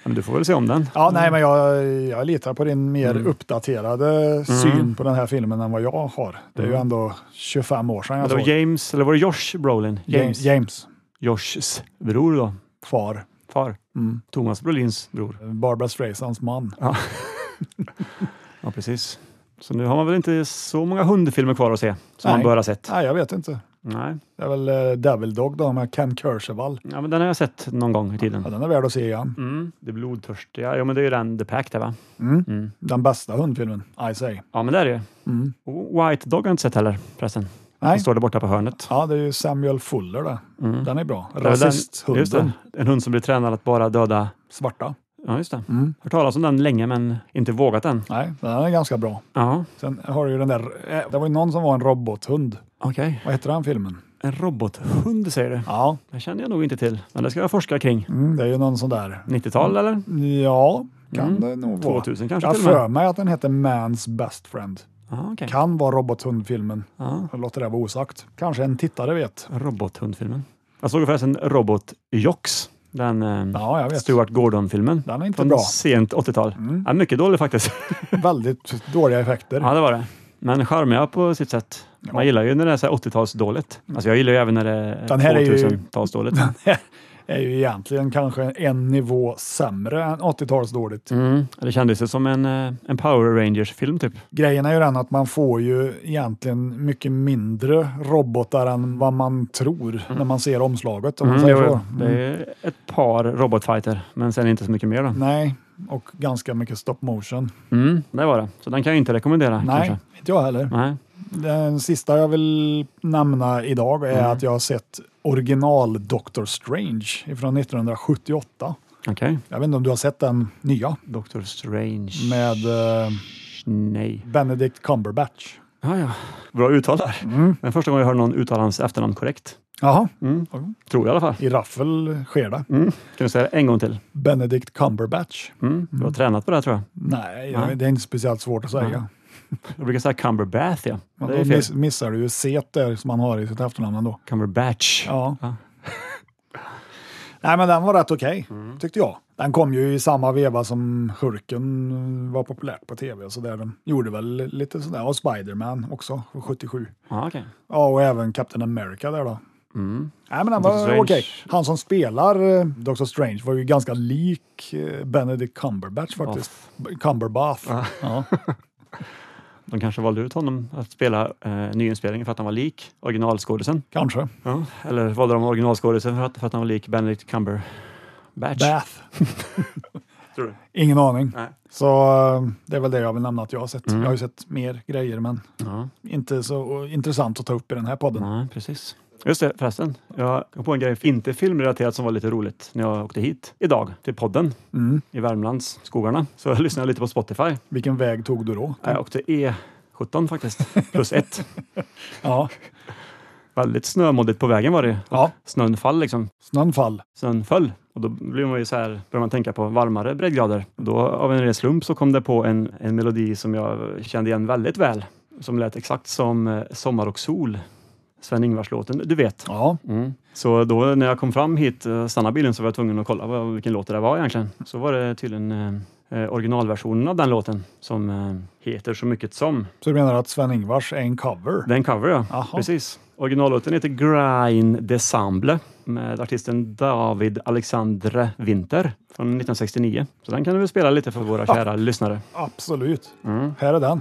E: Men du får väl se om den.
F: Ja, nej, men jag, jag litar på din mer
E: Mm.
F: uppdaterade syn på den här filmen än vad jag har. Det är ju ändå 25 år sedan jag
E: Det
F: såg
E: var Mm. James, eller var det Josh Brolin?
F: Alltså- James. James
E: Joshs bror då.
F: far.
E: Far.
F: Mm.
E: Thomas Brolins bror.
F: Barbara Streisands man.
E: Ja, precis. Så nu har man väl inte så många hundfilmer kvar att se som
F: Nej.
E: man bör ha sett.
F: Nej, jag vet inte.
E: Nej.
F: Det är väl eh, Devil Dog då med Ken Kercheval.
E: Ja, men den har jag sett någon gång i tiden.
F: Ja, den är värd att se igen.
E: Mm, det blodtörstiga. Ja, men det är ju den The Pack där va?
F: Mm.
E: Mm.
F: Den bästa hundfilmen, I say.
E: Ja, men det är det ju. Och White Dog har jag inte sett heller förresten.
F: Mm. Nej.
E: Den står där borta på hörnet.
F: Ja, det är ju Samuel Fuller det. Den är bra.
E: Där är Mm. den- just
F: Rasisthunden.
E: det, En hund som blir tränad att bara döda.
F: Svarta.
E: Ja, just det.
F: Mm.
E: Hört talas om den länge men inte vågat än.
F: Nej, den är ganska bra.
E: Ja,
F: Sen har du ju den där, eh, det var ju någon som var en robothund.
E: okej.
F: Vad heter den filmen?
E: En robothund säger du?
F: Ja,
E: Det känner jag nog inte till, men det ska jag forska kring.
F: mm, det är ju någon sån där.
E: 90-tal eller?
F: Ja, kan det nog vara.
E: 2000 Mm. kanske
F: Jag har
E: till och med.
F: för mig att den heter Man's Best Friend.
E: Ja, okej.
F: Kan vara robothundfilmen.
E: Ja.
F: Jag låter det vara osagt. Kanske en tittare vet.
E: Robothundfilmen. Jag såg förresten Robot-Jox. Den eh,
F: Ja, jag vet.
E: Stuart Gordon-filmen.
F: Den är inte
E: Från
F: bra. Mm.
E: sent 80-tal. Ja, mycket dålig faktiskt.
F: Väldigt dåliga effekter.
E: ja, det var det. Men charmiga på sitt sätt. Man gillar ju när det är så här 80-talsdåligt. Alltså jag gillar ju även när det är
F: Mm. Den här är ju-
E: 2000-talsdåligt.
F: är ju egentligen kanske en nivå sämre än 80-talsdåligt.
E: Mm. Det kändes ju som en, eh, en Power Rangers-film typ.
F: Grejen är ju den att man får ju egentligen mycket mindre robotar än vad man tror när man ser omslaget. Om man
E: Mm,
F: säger
E: jo,
F: så.
E: jo. det är ett par robotfighter, men sen inte så mycket mer. Då.
F: Nej, och ganska mycket stop motion.
E: Mm, det var det. Så den kan jag inte rekommendera.
F: Nej,
E: Kanske. Mm.
F: inte jag heller.
E: Nej.
F: Den sista jag vill nämna idag
E: Mm.
F: är att jag har sett original Doctor Strange från 1978.
E: Okej.
F: Jag vet inte om du har sett den nya
E: Doctor Strange.
F: med eh,
E: Nej.
F: Benedict Cumberbatch.
E: Ja, ja. Mm. Bra uttal där. Men första gången jag hör någon uttala hans efternamn korrekt.
F: Jaha,
E: Tror jag i alla fall.
F: i raffel sker det.
E: Kan du säga det en gång till?
F: Benedict Cumberbatch.
E: Mm. Du har tränat på det här, tror jag.
F: Nej, jag vet- det är inte speciellt svårt att säga.
E: Jag brukar säga Cumberbatch, ja.
F: Men
E: Det är
F: då
E: fel.
F: miss, missar du ju C där som han har i sitt efternamn ändå.
E: Cumberbatch.
F: Ja.
E: Ja.
F: Nej, men den var rätt okej, tyckte jag. Den kom ju i samma veva som Hurken var populärt på tv, så där de gjorde väl lite sådär, och Spiderman också, 77.
E: Ja, Ah, okej.
F: Ja, och även Captain America där då.
E: Mm.
F: Nej, men han
E: Doctor
F: var
E: Strange.
F: okej. Han som spelar eh, Doctor Strange var ju ganska lik eh, Benedict Cumberbatch faktiskt. B- Cumberbatch. Ja.
E: De kanske valde ut honom att spela eh, nyinspelningen för att han var lik originalskådisen.
F: Kanske.
E: Ja. Eller valde de originalskådisen för att, för att han var lik Benedict Cumberbatch?
F: Bath.
E: Tror du?
F: Ingen aning.
E: Nej. Mm.
F: Så eh, det är väl det jag vill nämna att jag har sett. Jag har ju sett mer grejer, men
E: Ja. Mm.
F: inte så intressant att ta upp i den här podden.
E: Nej, precis. Typ. Just det, förresten. Jag kom på en grej, inte filmrelaterat, som var lite roligt när jag åkte hit idag till podden
F: Mm.
E: i Värmlands skogarna. Så jag lyssnade lite på Spotify.
F: Vilken väg tog du då?
E: Jag åkte E17 faktiskt, plus ett.
F: Ja,
E: Väldigt snömoddigt på vägen var det.
F: ja.
E: Snön fall liksom.
F: snön fall.
E: Snön föll och då blir man ju så här, börjar man tänka på varmare breddgrader. Då av en ren slump så kom det på en, en melodi som jag kände igen väldigt väl. Som lät exakt som eh, Sommar och sol. Sven-Ingvars-låten, du vet.
F: Ja,
E: Så då när jag kom fram hit, eh, stannade bilen, så var jag tvungen att kolla vad, vilken låt det där var egentligen. Så var det tydligen eh, eh, originalversionen av den låten som eh, heter Så mycket som.
F: så du menar att Sven-Ingvars är en cover?
E: Den cover ja,
F: Aha.
E: precis. Originallåten heter Grind Desamble med artisten David Alexandre Winter från 1969. Så den kan du väl spela lite för våra kära lyssnare.
F: Absolut.
E: Mm.
F: Här är den.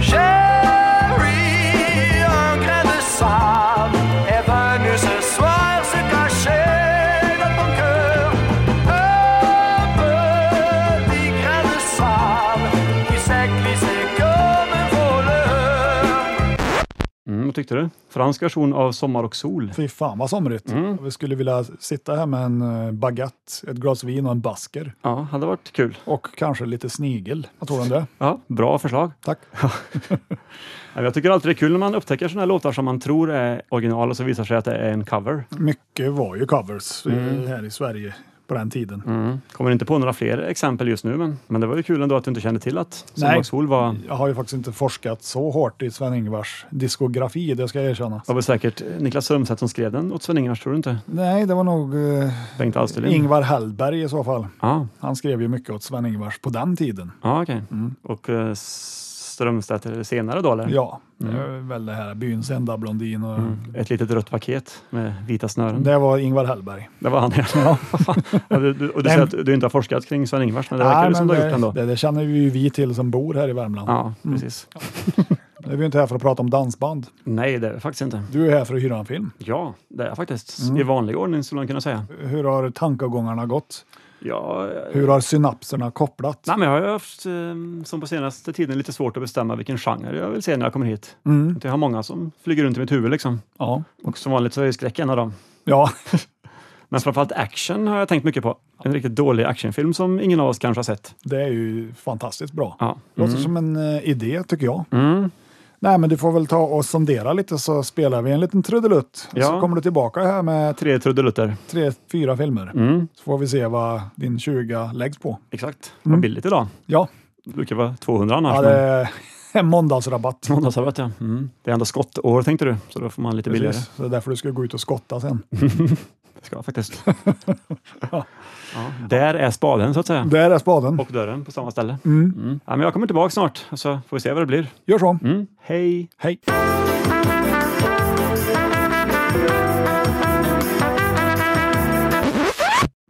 H: Chérie, un grain de sable est venu ce soir se cacher dans ton cœur. Un petit grain de sable qui s'est glissé comme un voleur.
E: Mm, vad tyckte du? Fransk version av Sommar och sol.
F: Fy fan vad somrigt.
E: Mm.
F: Vi skulle vilja sitta här med en eh, baguette, ett glas vin och en basker.
E: Ja, hade varit kul.
F: Och kanske lite snigel. Vad tror du om det?
E: Ja, bra förslag.
F: Tack.
E: Ja, Jag tycker alltid det är kul när man upptäcker sådana här låtar som man tror är original och så visar sig att det är en cover.
F: Mm. Mycket var ju covers eh,
E: Mm.
F: här i Sverige på den tiden.
E: Kommer inte på några fler exempel just nu, men, men det var ju kul ändå att du inte kände till att
F: Nej.
E: Sommar och sol var
F: Jag har ju faktiskt inte forskat så hårt i Sven-Ingvars diskografi, det ska jag erkänna.
E: Det var väl säkert Niklas Strömstedt som skrev den åt Sven-Ingvars, tror du inte?
F: Nej, det var nog eh,
E: Bengt Alsterlind?
F: Ingvar Hellberg i så fall.
E: Ja,
F: Han skrev ju mycket åt Sven-Ingvars på den tiden.
E: ja okej. Och eh, Strömstedt är det senare då, eller?
F: Mm. Ja,
E: Mm.
F: det var väl det här byns enda blondin. Och, Mm.
E: Ett litet rött paket med vita snören. Det,
F: Det var Ingvar Hellberg.
E: var han. Ja. Ja, du, du, och du
F: Nej,
E: säger att du inte har forskat kring Sven-Ingvars, men det verkar
F: Nej,
E: ju som
F: men
E: du har gjort ändå.
F: det, Mm. det känner ju vi till som bor här i Värmland.
E: Ja, precis.
F: Nu är vi ju inte här för att prata om dansband.
E: Nej, det är det faktiskt inte.
F: Du är här för att hyra en film.
E: Ja, det är jag faktiskt.
F: Mm.
E: I vanlig ordning skulle man kunna säga.
F: Hur har tankegångarna gått?
E: Ja, eh,
F: Hur har synapserna kopplat?
E: Nej, men jag har ju haft, eh, som på senaste tiden, lite svårt att bestämma vilken genre jag vill se när jag kommer hit.
F: Mm.
E: Att Jag har många som flyger runt i mitt huvud liksom.
F: Ja.
E: Och som vanligt så är ju skräck en av dem.
F: ja,
E: Men framförallt action har jag tänkt mycket på. En riktigt dålig actionfilm som ingen av oss kanske har sett.
F: det är ju fantastiskt bra.
E: Ja.
F: Låter som en eh, idé tycker jag.
E: Mm.
F: Nej, men du får väl ta och sondera lite så spelar vi en liten trudelutt.
E: Ja.
F: Så kommer du tillbaka här med
E: Tre trudelutter.
F: tre, fyra filmer.
E: Mm.
F: Så får vi se vad din 20 läggs på.
E: Exakt. Vad billigt idag.
F: Ja,
E: Det brukar vara 200 annars.
F: Mm. ja
E: Ja,
F: det är en måndagsrabatt.
E: Måndagsarvet ja. Mm. Det är ändå skottår tänkte du, så då får man lite billigare.
F: Precis. Så det är därför du ska gå ut och skotta sen.
E: Det ska jag faktiskt. ja. Där är spaden så att säga.
F: Där är spaden.
E: Och dörren på samma ställe. Mm. Ja, men jag kommer tillbaka snart, så får vi se vad det blir.
F: Gör så.
E: Mm. Hej!
F: Hej!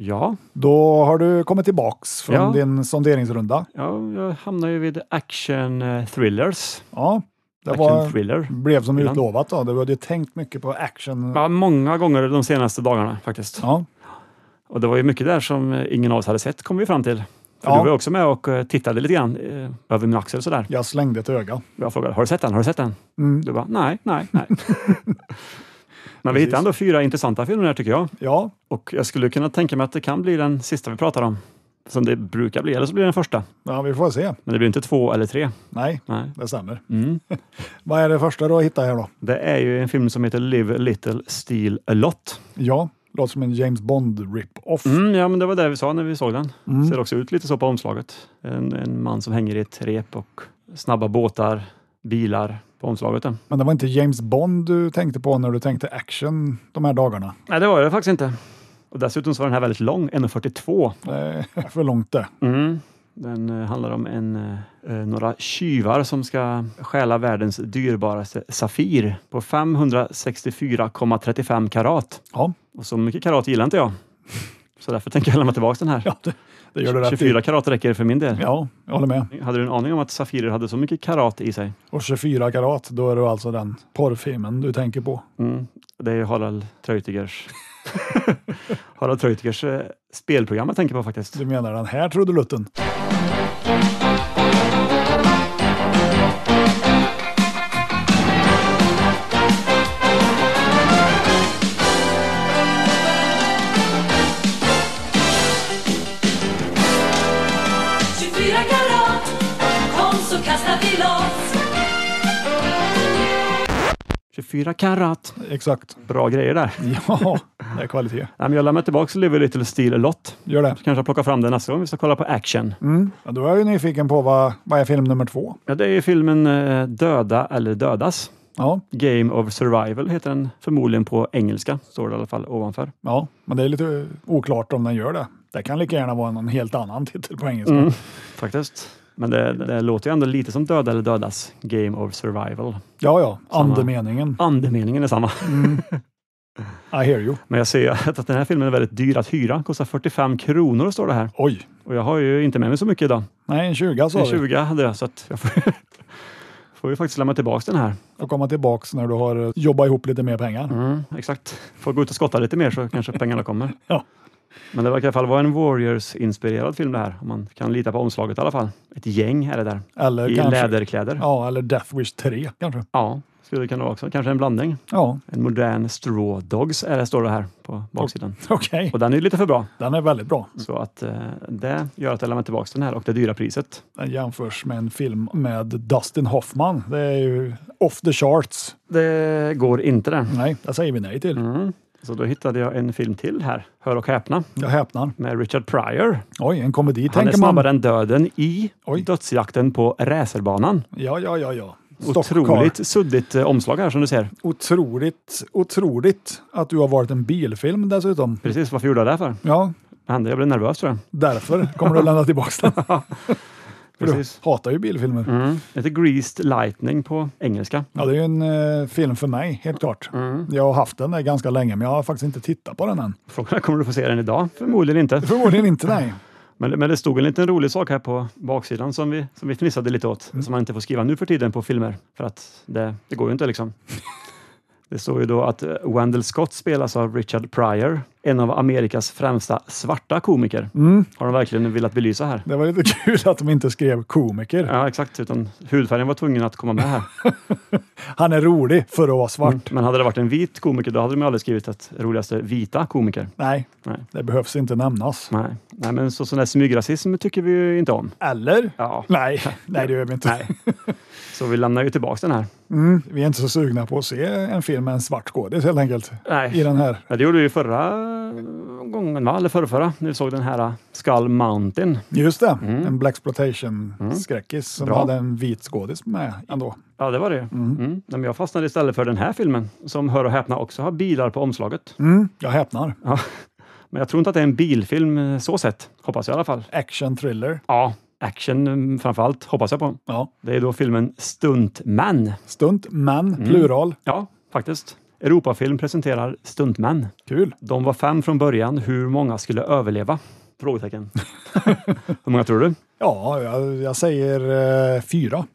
E: Ja,
F: Då har du kommit tillbaks från
E: Ja.
F: din sonderingsrunda.
E: ja, jag hamnar ju vid action eh, thrillers.
F: Ja, det
E: Action
F: var,
E: thriller.
F: blev som
E: Ibland.
F: utlovat. Då. Du hade ju tänkt mycket på action.
E: Ja, många gånger de senaste dagarna faktiskt.
F: Ja.
E: Och det var ju mycket där som eh, ingen av oss hade sett, kom vi fram till. För
F: Ja.
E: Du var ju också med och eh, tittade lite grann eh, över min axel sådär.
F: Jag slängde ett öga.
E: Jag frågade, har du sett den? Har du sett den?
F: Mm.
E: Du bara, nej, nej, nej. Men vi hittade ändå fyra intressanta filmer här tycker jag.
F: Ja,
E: Och jag skulle kunna tänka mig att det kan bli den sista vi pratar om. Som det brukar bli, eller så blir det den första.
F: ja, vi får se.
E: Men det blir inte två eller tre.
F: Nej,
E: Nej.
F: det stämmer.
E: Mm.
F: Vad är det första du har hittat här då?
E: Det är ju en film som heter Live Little Steal A Lot.
F: Ja, låter som en James Bond rip-off. Mm.
E: Mm, ja, men det var det vi sa när vi såg den. Ser också ut lite så på omslaget. En, en man som hänger i ett rep och snabba båtar, bilar på omslaget. ja.
F: Men det var inte James Bond du tänkte på när du tänkte action de här dagarna.
E: Nej, det var det faktiskt inte. Och dessutom så var den här väldigt lång, 1,42.
F: Det är för långt det.
E: Mm. Den eh, handlar om en, eh, några tjuvar som ska stjäla världens dyrbaraste Safir på 564,35 karat.
F: Ja,
E: Och så mycket karat gillar inte jag. Så därför tänker jag lämna tillbaka den här.
F: ja det, det gör du rätt
E: 24
F: i.
E: karat räcker för min del.
F: Ja, jag håller med.
E: Hade du en aning om att Safirer hade så mycket karat i sig?
F: Och 24 karat, då är det alltså den porrfilmen du tänker på.
E: Mm. Det är ju Harald Treutigers Harald Treutigers eh, spelprogram jag tänker på faktiskt.
F: Du menar den här trudelutten?
G: karat, kom så kastar vi loss
E: 24 karat.
F: Exakt.
E: Bra grejer där.
F: Ja, det är kvalitet.
E: Nej, men jag lämnar tillbaka Live a Little Steel Lot.
F: Gör det.
E: Så kanske jag plockar fram den nästa gång vi ska kolla på action.
F: Ja, då är jag ju nyfiken på vad, vad är film nummer två?
E: Ja, det är ju filmen eh, Döda eller dödas.
F: Ja,
E: Game of Survival heter den förmodligen på engelska. Står det i alla fall ovanför.
F: ja, men det är lite eh, oklart om den gör det. Det kan lika gärna vara någon helt annan titel på engelska.
E: Mm. Faktiskt. Men det, det låter ju ändå lite som Döda eller dödas. Game of Survival.
F: Ja, ja, andemeningen.
E: Andemeningen är samma.
F: I hear you.
E: Men jag ser ju att den här filmen är väldigt dyr att hyra. Kostar 45 kronor står det här.
F: Oj,
E: Och jag har ju inte med mig så mycket idag.
F: nej en 20 sa
E: En
F: vi.
E: 20 hade jag så att jag får, får ju faktiskt lämna tillbaka den här.
F: Får komma tillbaks när du har eh, jobbat ihop lite mer pengar.
E: Mm, exakt. Får gå ut och skotta lite mer så kanske pengarna kommer.
F: Ja.
E: Men det verkar i alla fall vara en Warriors-inspirerad film det här. Om man kan lita på omslaget i alla fall. Ett gäng är det där.
F: Eller
E: I
F: kanske,
E: läderkläder. Ja.
F: Ja, eller Death Wish 3 kanske.
E: skulle det kunna vara också. Kanske en blandning.
F: Ja,
E: En modern Straw Dogs är det, står det här på baksidan.
F: okej.
E: Och den är ju lite för bra.
F: Den är väldigt bra.
E: Så att eh, det gör att jag lämnar tillbaka den här och det dyra priset.
F: Den jämförs med en film med Dustin Hoffman. Det är ju off the charts.
E: Det går inte det.
F: Nej, det säger vi nej till.
E: Mm. Så då hittade jag en film till här, Hör och häpna,
F: Jag häpnar.
E: med Richard Pryor.
F: Oj, en komedi
E: Han är
F: tänker man.
E: snabbare än döden i
F: Oj.
E: dödsjakten på racerbanan.
F: Ja, ja, ja, ja. Stockcar.
E: Otroligt suddigt eh, omslag här som du ser.
F: Otroligt, otroligt att du har valt en bilfilm dessutom.
E: Precis, varför gjorde jag det här för?
F: Ja,
E: Det hände, jag blev nervös tror jag.
F: därför kommer du lämna tillbaka den. För du
E: Precis.
F: hatar ju bilfilmer.
E: Mm. Det heter Greased Lightning på engelska.
F: Ja, det är ju en eh, film för mig, helt klart.
E: Mm.
F: Jag har haft den där ganska länge, men jag har faktiskt inte tittat på den än.
E: Frågan är, kommer du få se den idag? Förmodligen inte.
F: Förmodligen inte, nej.
E: Men, men det stod en liten rolig sak här på baksidan som vi, som vi fnissade lite åt, som man inte får skriva nu för tiden på filmer, för att det, det går ju inte liksom. Det står ju då att eh, Wendell Scott spelas av Richard Pryor, en av Amerikas främsta svarta komiker. Har de verkligen velat belysa här?
F: Det var lite kul att de inte skrev komiker.
E: Ja, exakt. Utan hudfärgen var tvungen att komma med här.
F: Han är rolig för att vara svart.
E: Men hade det varit en vit komiker, då hade de ju aldrig skrivit att roligaste vita komiker.
F: Nej,
E: Nej.
F: det behövs inte nämnas.
E: Nej, Nej men så, sån där smygrasism tycker vi ju inte om.
F: Eller?
E: Ja,
F: Nej, nej det gör vi inte.
E: så vi lämnar ju tillbaka den här.
F: Vi är inte så sugna på att se en film med en svart skådis helt enkelt.
E: Nej.
F: I den här.
E: Ja, det gjorde vi ju förra gången, va? eller förrförra, när vi såg den här uh, Skull Mountain.
F: Just det, en Blaxploitation-skräckis som
E: Mm. Bra.
F: hade en vit skådis med ändå.
E: Ja, det var det ju. mm. Nej, Men jag fastnade istället för den här filmen, som hör och häpna också har bilar på omslaget.
F: Mm, jag häpnar.
E: Ja. Men jag tror inte att det är en bilfilm eh, så sett, hoppas jag i alla fall.
F: Action thriller.
E: Ja, action mm, framför allt hoppas jag på.
F: Ja.
E: Det är då filmen Stuntman.
F: Stunt, men,
E: Mm.
F: plural.
E: Ja, faktiskt. Europafilm presenterar Stuntman.
F: Kul.
E: De var fem från början. Hur många skulle överleva? Frågetecken. Hur många tror du?
F: Ja, jag, jag säger eh, fyra.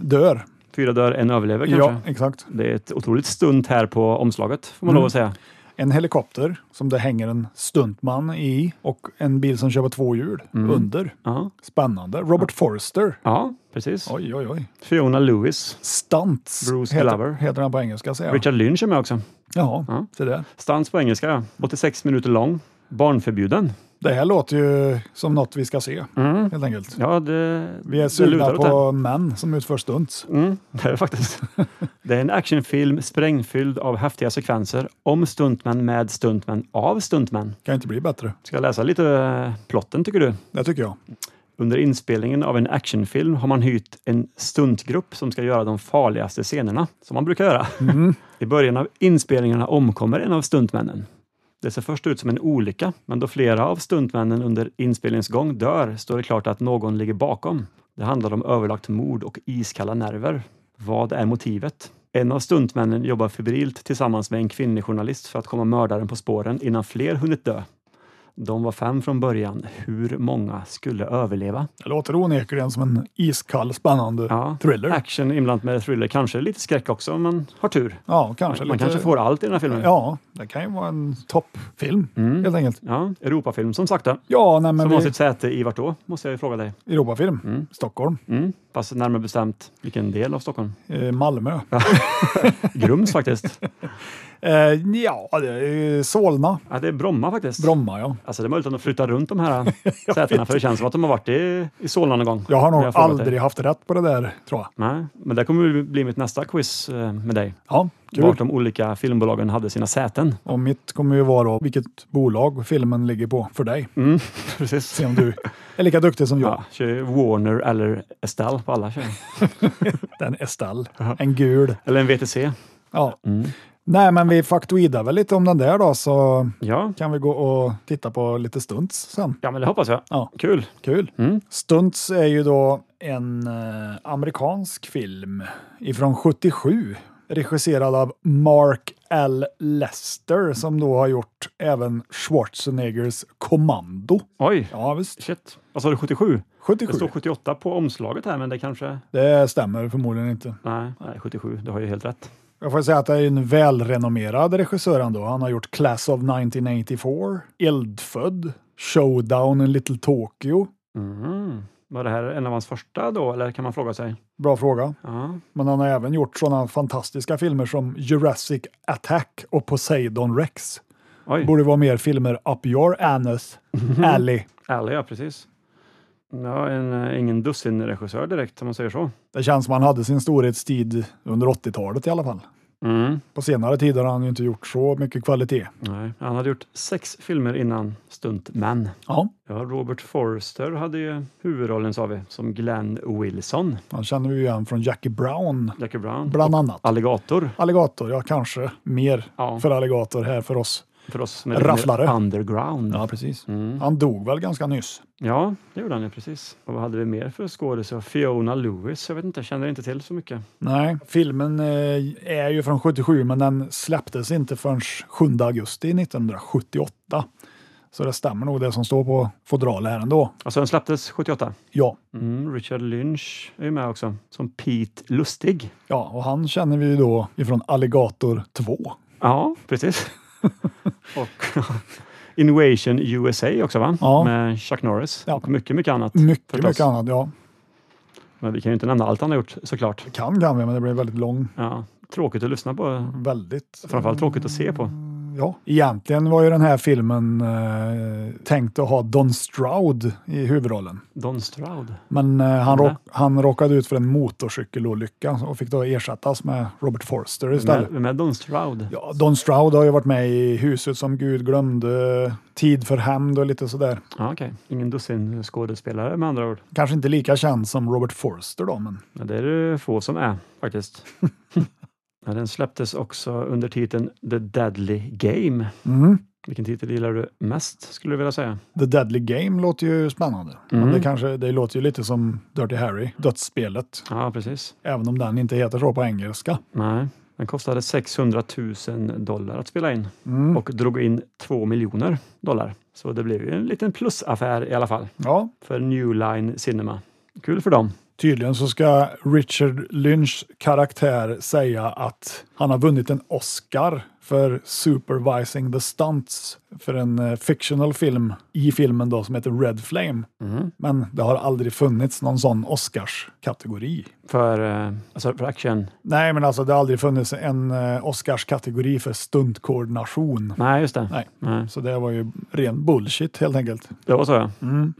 F: Dör.
E: Fyra dör, en överlever Mm. kanske?
F: Ja, exakt.
E: Det är ett otroligt stunt här på omslaget, får
F: Mm.
E: man lov att säga.
F: En helikopter som det hänger en stuntman i och en bil som kör på två hjul
E: Mm.
F: under.
E: Ja,
F: Spännande. Robert Forster.
E: ja precis.
F: Oj, oj, oj.
E: Fiona Lewis.
F: Stunts
E: Bruce
F: heter,
E: Glover.
F: heter den på engelska säger jag.
E: Richard Lynch är med också.
F: Jaha, se där.
E: Stans på engelska, ja. 86 minuter lång. Barnförbjuden.
F: Det här låter ju som något vi ska se helt enkelt.
E: Mm. Ja, det,
F: Vi är
E: det
F: sugna
E: lutar åt det.
F: på män som utför stunts.
E: Mm, det är det faktiskt. Det är en actionfilm sprängfylld av häftiga sekvenser om stuntmän, med stuntmän, av stuntmän.
F: Kan inte bli bättre.
E: Ska jag läsa lite eh, plotten tycker du?
F: Det tycker jag.
E: Under inspelningen av en actionfilm har man hyrt en stuntgrupp som ska göra de farligaste scenerna, som man brukar göra. I början av inspelningarna omkommer en av stuntmännen. Det ser först ut som en olycka, men då flera av stuntmännen under inspelningens gång dör står det klart att någon ligger bakom. Det handlar om överlagt mord och iskalla nerver. Vad är motivet? En av stuntmännen jobbar febrilt tillsammans med en kvinnlig journalist för att komma mördaren på spåren innan fler hunnit dö. De var fem från början. Hur många skulle överleva?
F: Det låter onekligen som en iskall, spännande
E: Ja.
F: thriller.
E: Action inblandat med thriller, kanske lite skräck också om man har tur.
F: Ja, kanske.
E: Man, man
F: lite-
E: kanske får allt i den här filmen.
F: Ja, det kan ju vara en toppfilm helt enkelt.
E: Ja, Europafilm som sagt. då.
F: Ja, nej, men
E: Mm. Som
F: vi,
E: har sitt säte i vart då, måste jag ju fråga dig.
F: Europafilm. Stockholm.
E: Mm. Fast närmare bestämt vilken del av Stockholm?
F: Eh, Malmö.
E: Grums faktiskt.
F: Eh, ja, det är Solna.
E: Ja, det är Bromma faktiskt.
F: Bromma, ja.
E: Alltså det är möjligt att de flyttar runt de här sätena, för det känns som att de har varit i, i Solna någon gång.
F: Jag har nog
E: när frågat
F: aldrig
E: dig.
F: haft rätt på det där, tror jag.
E: Nej, men det kommer ju bli mitt nästa quiz eh, med dig.
F: Ja, kul.
E: Vart de olika filmbolagen hade sina säten.
F: Och mitt kommer ju vara då vilket bolag filmen ligger på för dig.
E: Mm. Precis.
F: Se om du är lika duktig som jag.
E: Ja, kör ju Warner eller Estelle på alla kör.
F: Den Estelle. En gul.
E: Eller en VTC.
F: Ja.
E: Mm.
F: Nej, men vi faktoidar väl lite om den där då, så
E: Ja.
F: kan vi gå och titta på lite stunts sen.
E: ja, men det hoppas jag.
F: Ja.
E: Kul.
F: Kul.
E: Mm.
F: Stunts är ju då en eh, amerikansk film ifrån 77 regisserad av Mark L. Lester som då har gjort även Schwarzeneggers Kommando.
E: Oj,
F: Ja, visst.
E: shit. Vad sa du, 77? Det
F: 77.
E: står 78 på omslaget här, men det kanske...
F: Det stämmer förmodligen inte.
E: Nej, nej 77. Du har ju helt rätt.
F: Jag får säga att det är en välrenommerad regissör ändå. Han har gjort Class of 1984, Eldfödd, Showdown in Little Tokyo.
E: Mm. Var det här en av hans första då, eller kan man fråga sig?
F: Bra fråga.
E: Ja.
F: Men han har även gjort sådana fantastiska filmer som Jurassic Attack och Poseidon Rex.
E: Oj,
F: Borde vara mer filmer up your anus alley.
E: ärlig ja, precis. Ja, en, eh, ingen dussinregissör direkt, om man säger så.
F: Det känns som han hade sin storhetstid under 80-talet i alla fall.
E: Mm.
F: På senare tid har han ju inte gjort så mycket kvalitet.
E: Nej, han hade gjort sex filmer innan Stuntman.
F: Ja,
E: Ja, Robert Forster hade ju huvudrollen, sa vi, som Glenn Wilson,
F: han känner vi ju igen från Jackie Brown,
E: Jackie Brown,
F: bland annat.
E: Alligator,
F: Alligator, ja kanske mer
E: Ja.
F: för alligator här för oss.
E: för oss som är lite mer
F: Rafflare.
E: underground. Mm. Ja.
F: precis. Han dog väl ganska nyss?
E: det gjorde han ju precis. Och vad hade vi mer för skådisar? Fiona Lewis, jag vet inte, jag känner inte till så mycket.
F: Nej, filmen eh, är ju från 77 men den släpptes inte förrän 7 augusti 1978. Så det stämmer nog det som står på fodralet här ändå.
E: Alltså den släpptes 78.
F: Ja,
E: Mm, Richard Lynch är ju med också, som Pete Lustig.
F: ja och han känner vi ju då ifrån Alligator 2.
E: Ja, precis. och Invasion USA också, va?
F: Ja.
E: Med Chuck Norris
F: Ja. Mm.
E: och mycket, mycket annat.
F: Mycket,
E: förstås.
F: mycket annat. Ja,
E: Men vi kan ju inte nämna allt han har gjort såklart.
F: kan kan vi, men det blir väldigt lång.
E: Ja, tråkigt att lyssna på.
F: Väldigt.
E: Framförallt tråkigt att se på.
F: Ja, egentligen var ju den här filmen eh, tänkt att ha Don Stroud i huvudrollen.
E: Don Stroud.
F: Men eh, han,
E: Nej.
F: råk, han råkade ut för en motorcykelolycka och fick då ersättas med Robert Forster
E: Vem är,
F: istället.
E: vem är Don Stroud?
F: Ja, Don Stroud har ju varit med i Huset som Gud glömde, Tid för hämnd och lite sådär.
E: Ja, okej. Ingen dussin skådespelare med andra ord.
F: Kanske inte lika känd som Robert Forster då, men
E: Ja, det är det få som är faktiskt. ja, den släpptes också under titeln The Deadly Game.
F: mm.
E: Vilken titel gillar du mest skulle du vilja säga?
F: The Deadly Game låter ju spännande. Men
E: Mm.
F: det, kanske, det låter ju lite som Dirty Harry, dödsspelet,
E: Ja, precis.
F: även om den inte heter så på engelska.
E: Nej, den kostade 600 000 dollar att spela in
F: Mm.
E: och drog in 2 miljoner dollar. Så det blev ju en liten plusaffär i alla fall
F: Ja,
E: för New Line Cinema. Kul för dem.
F: Tydligen så ska Richard Lynchs karaktär säga att han har vunnit en Oscar för Supervising the Stunts för en eh, fictional film i filmen då som heter Red Flame.
E: Mhm.
F: Men det har aldrig funnits någon sån Oscars-kategori.
E: För, eh, alltså för action.
F: Nej, men alltså det har aldrig funnits en eh, Oscars-kategori för stuntkoordination.
E: Nej, just det.
F: Nej.
E: Nej.
F: Så det var ju ren bullshit helt enkelt.
E: Det var så ja.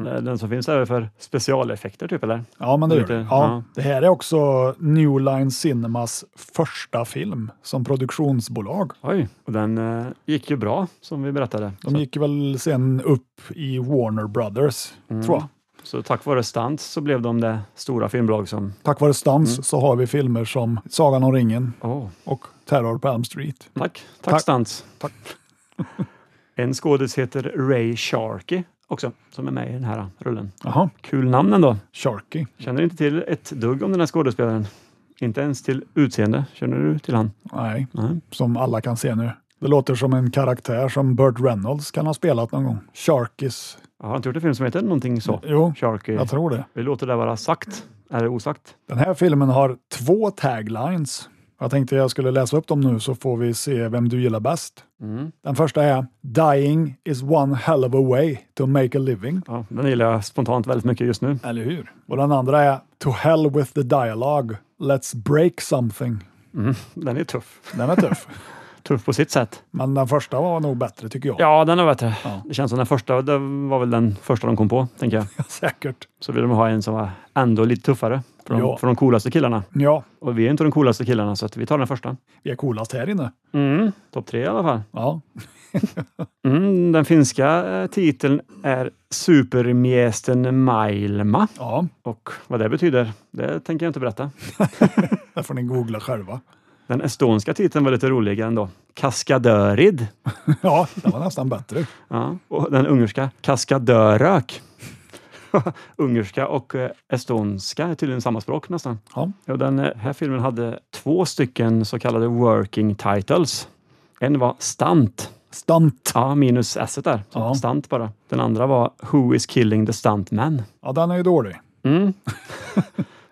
E: Eh, Den som finns är väl för specialeffekter typ eller?
F: Ja, men det gör
E: Lite,
F: det.
E: ja.
F: Ja. Det här är också New Line Cinemas första film som produktionsbolag.
E: Oj, och den eh, gick ju bra som vi berättade.
F: De gick väl sen upp i Warner Brothers,
E: Mm.
F: tror jag.
E: Så tack vare stunts så blev de det stora filmbolag som...
F: Tack vare Stans
E: Mm.
F: så har vi filmer som Sagan om ringen
E: Åh,
F: och Terror på Elm Street.
E: tack. Tack,
F: Tack.
E: stunts.
F: Tack.
E: En skådis heter Ray Sharkey också, som är med i den här rullen.
F: Jaha,
E: Kul namn ändå.
F: Sharky.
E: Känner inte till ett dugg om den här skådespelaren. Inte ens till utseende. Känner du till han?
F: Nej,
E: Nej.
F: som alla kan se nu. Det låter som en karaktär som Burt Reynolds kan ha spelat någon gång. Sharkys.
E: Jag har inte gjort en film som heter någonting så.
F: Jo,
E: Sharky.
F: jag tror det.
E: Vi låter det vara sagt, eller osagt.
F: Den här filmen har två taglines. Jag tänkte jag skulle läsa upp dem nu så får vi se vem du gillar bäst.
E: Mm.
F: Den första är “Dying is one hell of a way to make a living”.
E: Ja, den gillar jag spontant väldigt mycket just nu.
F: Eller hur? Och den andra är “To hell with the dialogue, let's break something”.
E: Den är tuff.
F: Den är tuff,
E: Tuff på sitt sätt.
F: men den första var nog bättre tycker jag.
E: Ja, den är bättre. Det känns som den första, det var väl den första de kom på, tänker jag.
F: Säkert.
E: Så vill de ha en som var ändå lite tuffare. För de,
F: Ja.
E: för de coolaste killarna.
F: Ja,
E: Och vi är inte de coolaste killarna, så att vi tar den första.
F: vi är coolast här inne.
E: Mm, topp tre i alla fall.
F: Ja,
E: Mm, den finska eh, titeln är Supermiesten Mailma.
F: ja.
E: Och vad det betyder, det tänker jag inte berätta.
F: där får ni googla själva.
E: Den estonska titeln var lite roligare ändå. Kaskadörid.
F: Ja, den var nästan bättre.
E: Ja. Och den ungerska Kaskadörök. ungerska och eh, estonska är tydligen samma språk nästan.
F: Ja.
E: Och den eh, här filmen hade två stycken så kallade working titles. En var Stunt.
F: Stunt.
E: Ja, minus s där. Så
F: Ja.
E: Stunt bara. Den andra var Who is killing the stuntman?
F: Ja, den är ju dålig.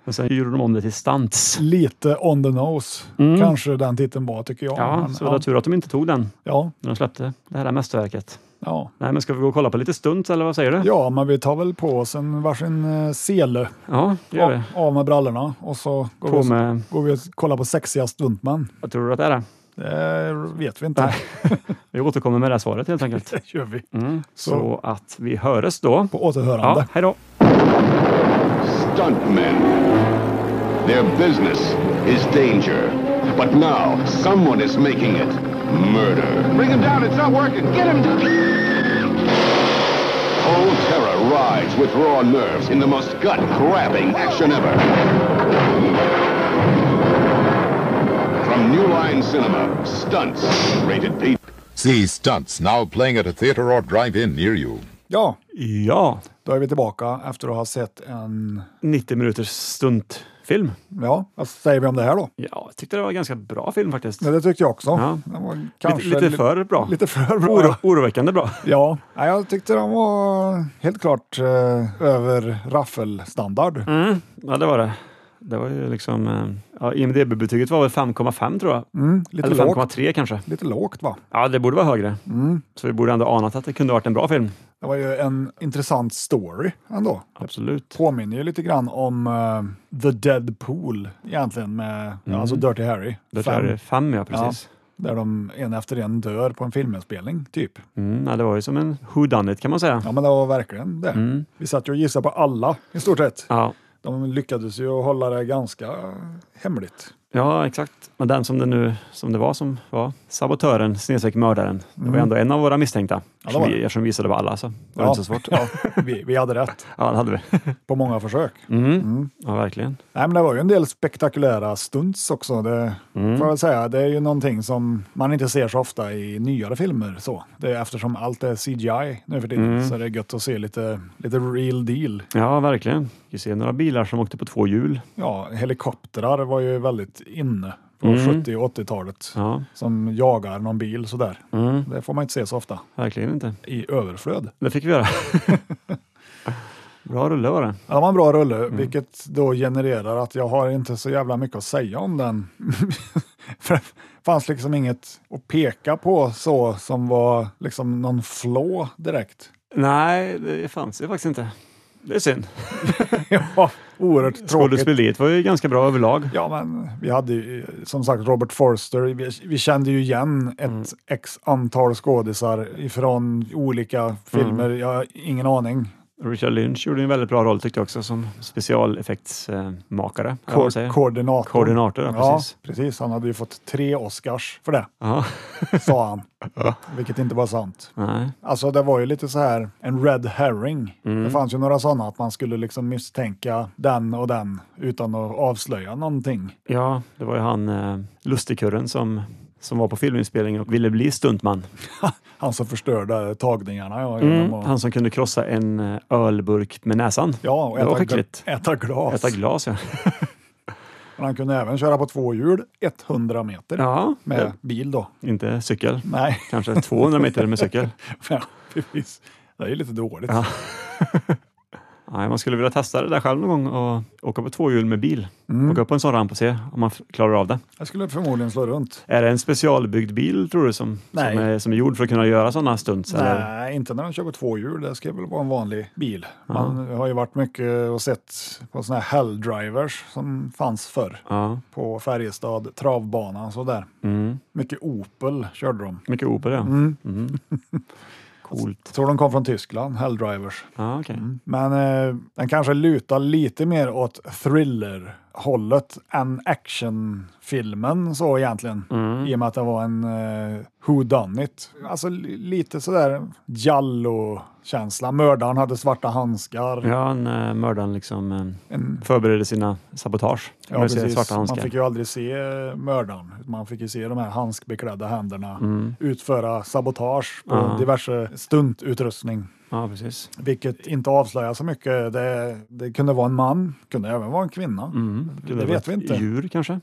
E: Men sen gjorde de om det till Stunts.
F: Lite on the nose kanske den titeln var tycker jag.
E: Mm. Ja,
F: Men,
E: så det var tur att de inte tog den
F: ja,
E: när de släppte det här mästerverket.
F: ja,
E: Nej, men ska vi gå och kolla på lite stunts eller vad säger du?
F: ja, men vi tar väl på oss en varsin eh, sele.
E: Ja, det gör vi.
F: Av- Av med brallorna och så går,
E: På
F: vi, och-
E: med,
F: går vi och kollar på sexiga stuntmän.
E: vad tror du att det är?
F: Det Eh, vet vi inte.
E: Vi återkommer med det här svaret helt enkelt.
F: Det gör vi.
E: Mm, Så, att vi höres då.
F: På återhörande.
E: Ja, hej då.
I: stuntmen. Their business is danger. But now, someone is making it murder. Bring him down, it's not working. Get him down. Old terror rides with raw nerves in the most gut-grabbing action ever. From New Line Cinema, Stunts, rated P.
B: See Stunts now playing at a theater or drive-in near you.
F: Ja,
E: Ja,
F: då är vi tillbaka efter att ha sett en...
E: 90 minuters stuntfilm.
F: Ja, vad säger vi om det här då?
E: Ja, jag tyckte det var en ganska bra film faktiskt.
F: Ja, det tyckte jag också.
E: Ja.
F: Den var
E: Lite, lite
F: li-
E: för bra.
F: Lite för bra.
E: Oro, oroväckande bra.
F: Ja, nej, jag tyckte de var helt klart eh, över raffelstandard.
E: Ja, det var det. Det var ju liksom... eh, Ja, IMDB-betyget var väl 5,5 tror jag.
F: Mm, Lite
E: Eller
F: lågt. Mm.
E: 5,3 kanske.
F: Lite lågt va?
E: Ja, det borde vara högre. Så vi borde ändå anat att det kunde varit en bra film.
F: Det var ju en intressant story ändå.
E: Absolut.
F: Påminner ju lite grann om eh, The Deadpool egentligen med
E: Mm.
F: ja, alltså Dirty Harry.
E: Det
F: Fem,
E: är det fem, ja precis.
F: Där de en efter en dör på en filminspelning typ.
E: Mm, ja, det var ju som en whodunit kan man säga.
F: Ja men det var verkligen det.
E: Mm.
F: Vi satt ju och gissade på alla i stort sett.
E: Ja.
F: De lyckades ju hålla det ganska hemligt.
E: ja, exakt. Men den som det nu som det var som var sabotören, snedstreck mördaren. Det var ändå en av våra misstänkta.
F: Mm. det var
E: Eftersom vi-
F: det.
E: Eftersom vi gissade på alla så var det
F: ja,
E: inte så svårt.
F: Ja, vi, vi hade rätt
E: Ja, det hade vi.
F: på många försök.
E: Mm. Ja, verkligen.
F: Nej, men det var ju en del spektakulära stunts också. Det,
E: Mm.
F: får jag väl säga. det är ju någonting som man inte ser så ofta i nyare filmer. Så. Det är eftersom allt är CGI nu för tiden
E: Mm.
F: så är det gött att se lite, lite real deal.
E: Ja, verkligen. Vi ser några bilar som åkte på två hjul.
F: Ja, helikoptrar var ju väldigt inne på 70 och 80-talet
E: Mm. Ja,
F: som jagar någon bil sådär.
E: Mm.
F: Det får man inte se så ofta
E: verkligen inte.
F: i överflöd.
E: Det fick vi göra. Bra rulle var det.
F: Ja, det var en bra rulle,
E: Mm.
F: vilket då genererar att jag har inte så jävla mycket att säga om den. För det fanns liksom inget att peka på så som var liksom någon flå direkt.
E: Nej, det fanns ju faktiskt inte. Det är synd.
F: Ja, oerhört tråkigt.
E: Skådespeleriet var ju ganska bra överlag.
F: Ja, men vi hade ju eh, som sagt Robert Forster. Vi, vi kände ju igen ett
E: Mm.
F: x antal skådisar ifrån olika filmer.
E: Mm.
F: Jag har ingen aning.
E: Richard Lynch gjorde en väldigt bra roll tyckte jag också som specialeffektsmakare. eller vad man
F: Ko-
E: säger.
F: koordinator.
E: Koordinator, ja,
F: ja,
E: precis.
F: precis. Han hade ju fått tre Oscars för det,
E: Ja.
F: sa han. Vilket inte var sant.
E: Nej.
F: Alltså det var ju lite så här en red herring.
E: Mm.
F: Det fanns ju några sådana att man skulle liksom misstänka den och den utan att avslöja någonting.
E: ja, det var ju han eh, Lustigkurren som som var på filminspelningen och ville bli stuntman.
F: Han som förstörde tagningarna. Ja,
E: Mm.
F: genom att-
E: Han som kunde krossa en eh, ölburk med näsan.
F: ja och
E: det var
F: äta,
E: skickligt.
F: gl- äta glas.
E: Äta glas, ja.
F: Men han kunde även köra på två hjul 100 meter
E: ja
F: med
E: det-
F: bil då.
E: Inte cykel.
F: Nej,
E: Kanske 200 meter med cykel.
F: ja, precis. Det är ju lite dåligt.
E: Ja. Nej, man skulle vilja testa det där själv någon gång och åka på tvåhjul med bil.
F: Mm.
E: Åka upp på en sån ramp och se om man f- klarar av det.
F: Jag skulle förmodligen slå runt.
E: Är det en specialbyggd bil tror du som, som,
F: Nej.
E: är, som är gjord för att kunna göra sådana stunts? eller?
F: Nej, inte när de kör på två hjul. Det ska väl vara en vanlig bil. Man har ju varit mycket och sett på sådana här helldrivers som fanns förr
E: Ja,
F: på Färjestad, travbanan och sådär.
E: mm.
F: Mycket Opel körde de.
E: Mycket opera. ja.
F: Mm.
E: Mm. Coolt.
F: tror de kom från Tyskland, helldrivers.
E: Ja, okej.
F: Men eh, den kanske lutar lite mer åt thriller-hållet än actionfilmen så egentligen.
E: Mm.
F: I och med att det var en eh, who done it. Alltså li- lite sådär Jallo-känsla. Mördaren hade svarta handskar.
E: Ja, en, eh, mördaren liksom, eh,
F: En,
E: förbereder sina sabotage.
F: ja,
E: Med sina
F: precis.
E: svarta handskar.
F: Man fick ju aldrig se eh, mördaren. Man fick ju se de här handskbeklädda händerna utföra sabotage på
E: Mm. Ja.
F: diverse stuntutrustning.
E: Ja, precis.
F: Vilket inte avslöjar så mycket. Det, det kunde vara en man, kunde även vara en kvinna.
E: Mm.
F: Det vet vi inte.
E: Djur kanske?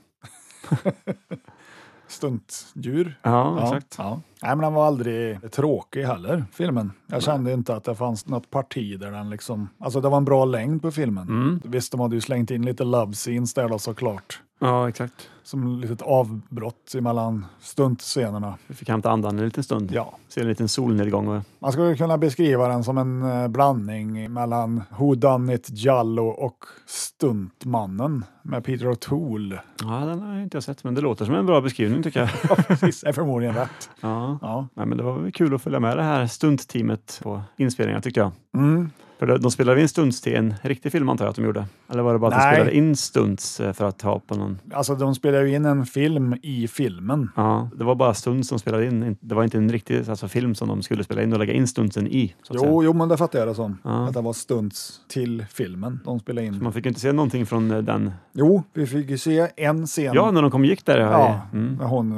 F: Stuntdjur.
E: Ja,
F: Ja,
E: exakt.
F: ja. Nej, men den var aldrig tråkig heller, filmen. Jag kände inte att det fanns något parti där den liksom... Alltså det var en bra längd på filmen. Visst, de hade ju slängt in lite love scenes där då såklart.
E: Ja, exakt.
F: Som litet avbrott emellan stuntscenerna.
E: Vi fick hämta andan en liten stund.
F: Ja,
E: Se en liten solnedgång. Och,
F: man skulle kunna beskriva den som en eh, blandning mellan Who Done It Jallo och Stuntmannen med Peter O'Toole.
E: ja, den har jag inte jag sett, men det låter som en bra beskrivning tycker jag.
F: Precis, är förmodligen rätt.
E: ja.
F: Ja.
E: Nej, men det var väl kul att följa med det här stuntteamet på inspelningar tyckte jag.
F: Mm.
E: För de, de spelade in stunts till en riktig film antar jag att de gjorde. Eller var det bara att de
F: Nej.
E: spelade in stunts eh, för att ha på någon?
F: Alltså de spelar ju in en film i filmen.
E: Ja, det var bara stunts som spelade in. Det var inte en riktig alltså, film som de skulle spela in och lägga in stuntsen i. Så att säga.
F: Jo, jo, men det fattar jag det som.
E: Ja.
F: Att det var stunts till filmen de spelade in.
E: Man fick ju inte se någonting från eh, den.
F: Jo, vi fick ju se en scen.
E: Ja, när de kom och gick där.
F: Ja,
E: Ja. Mm,
F: med hon,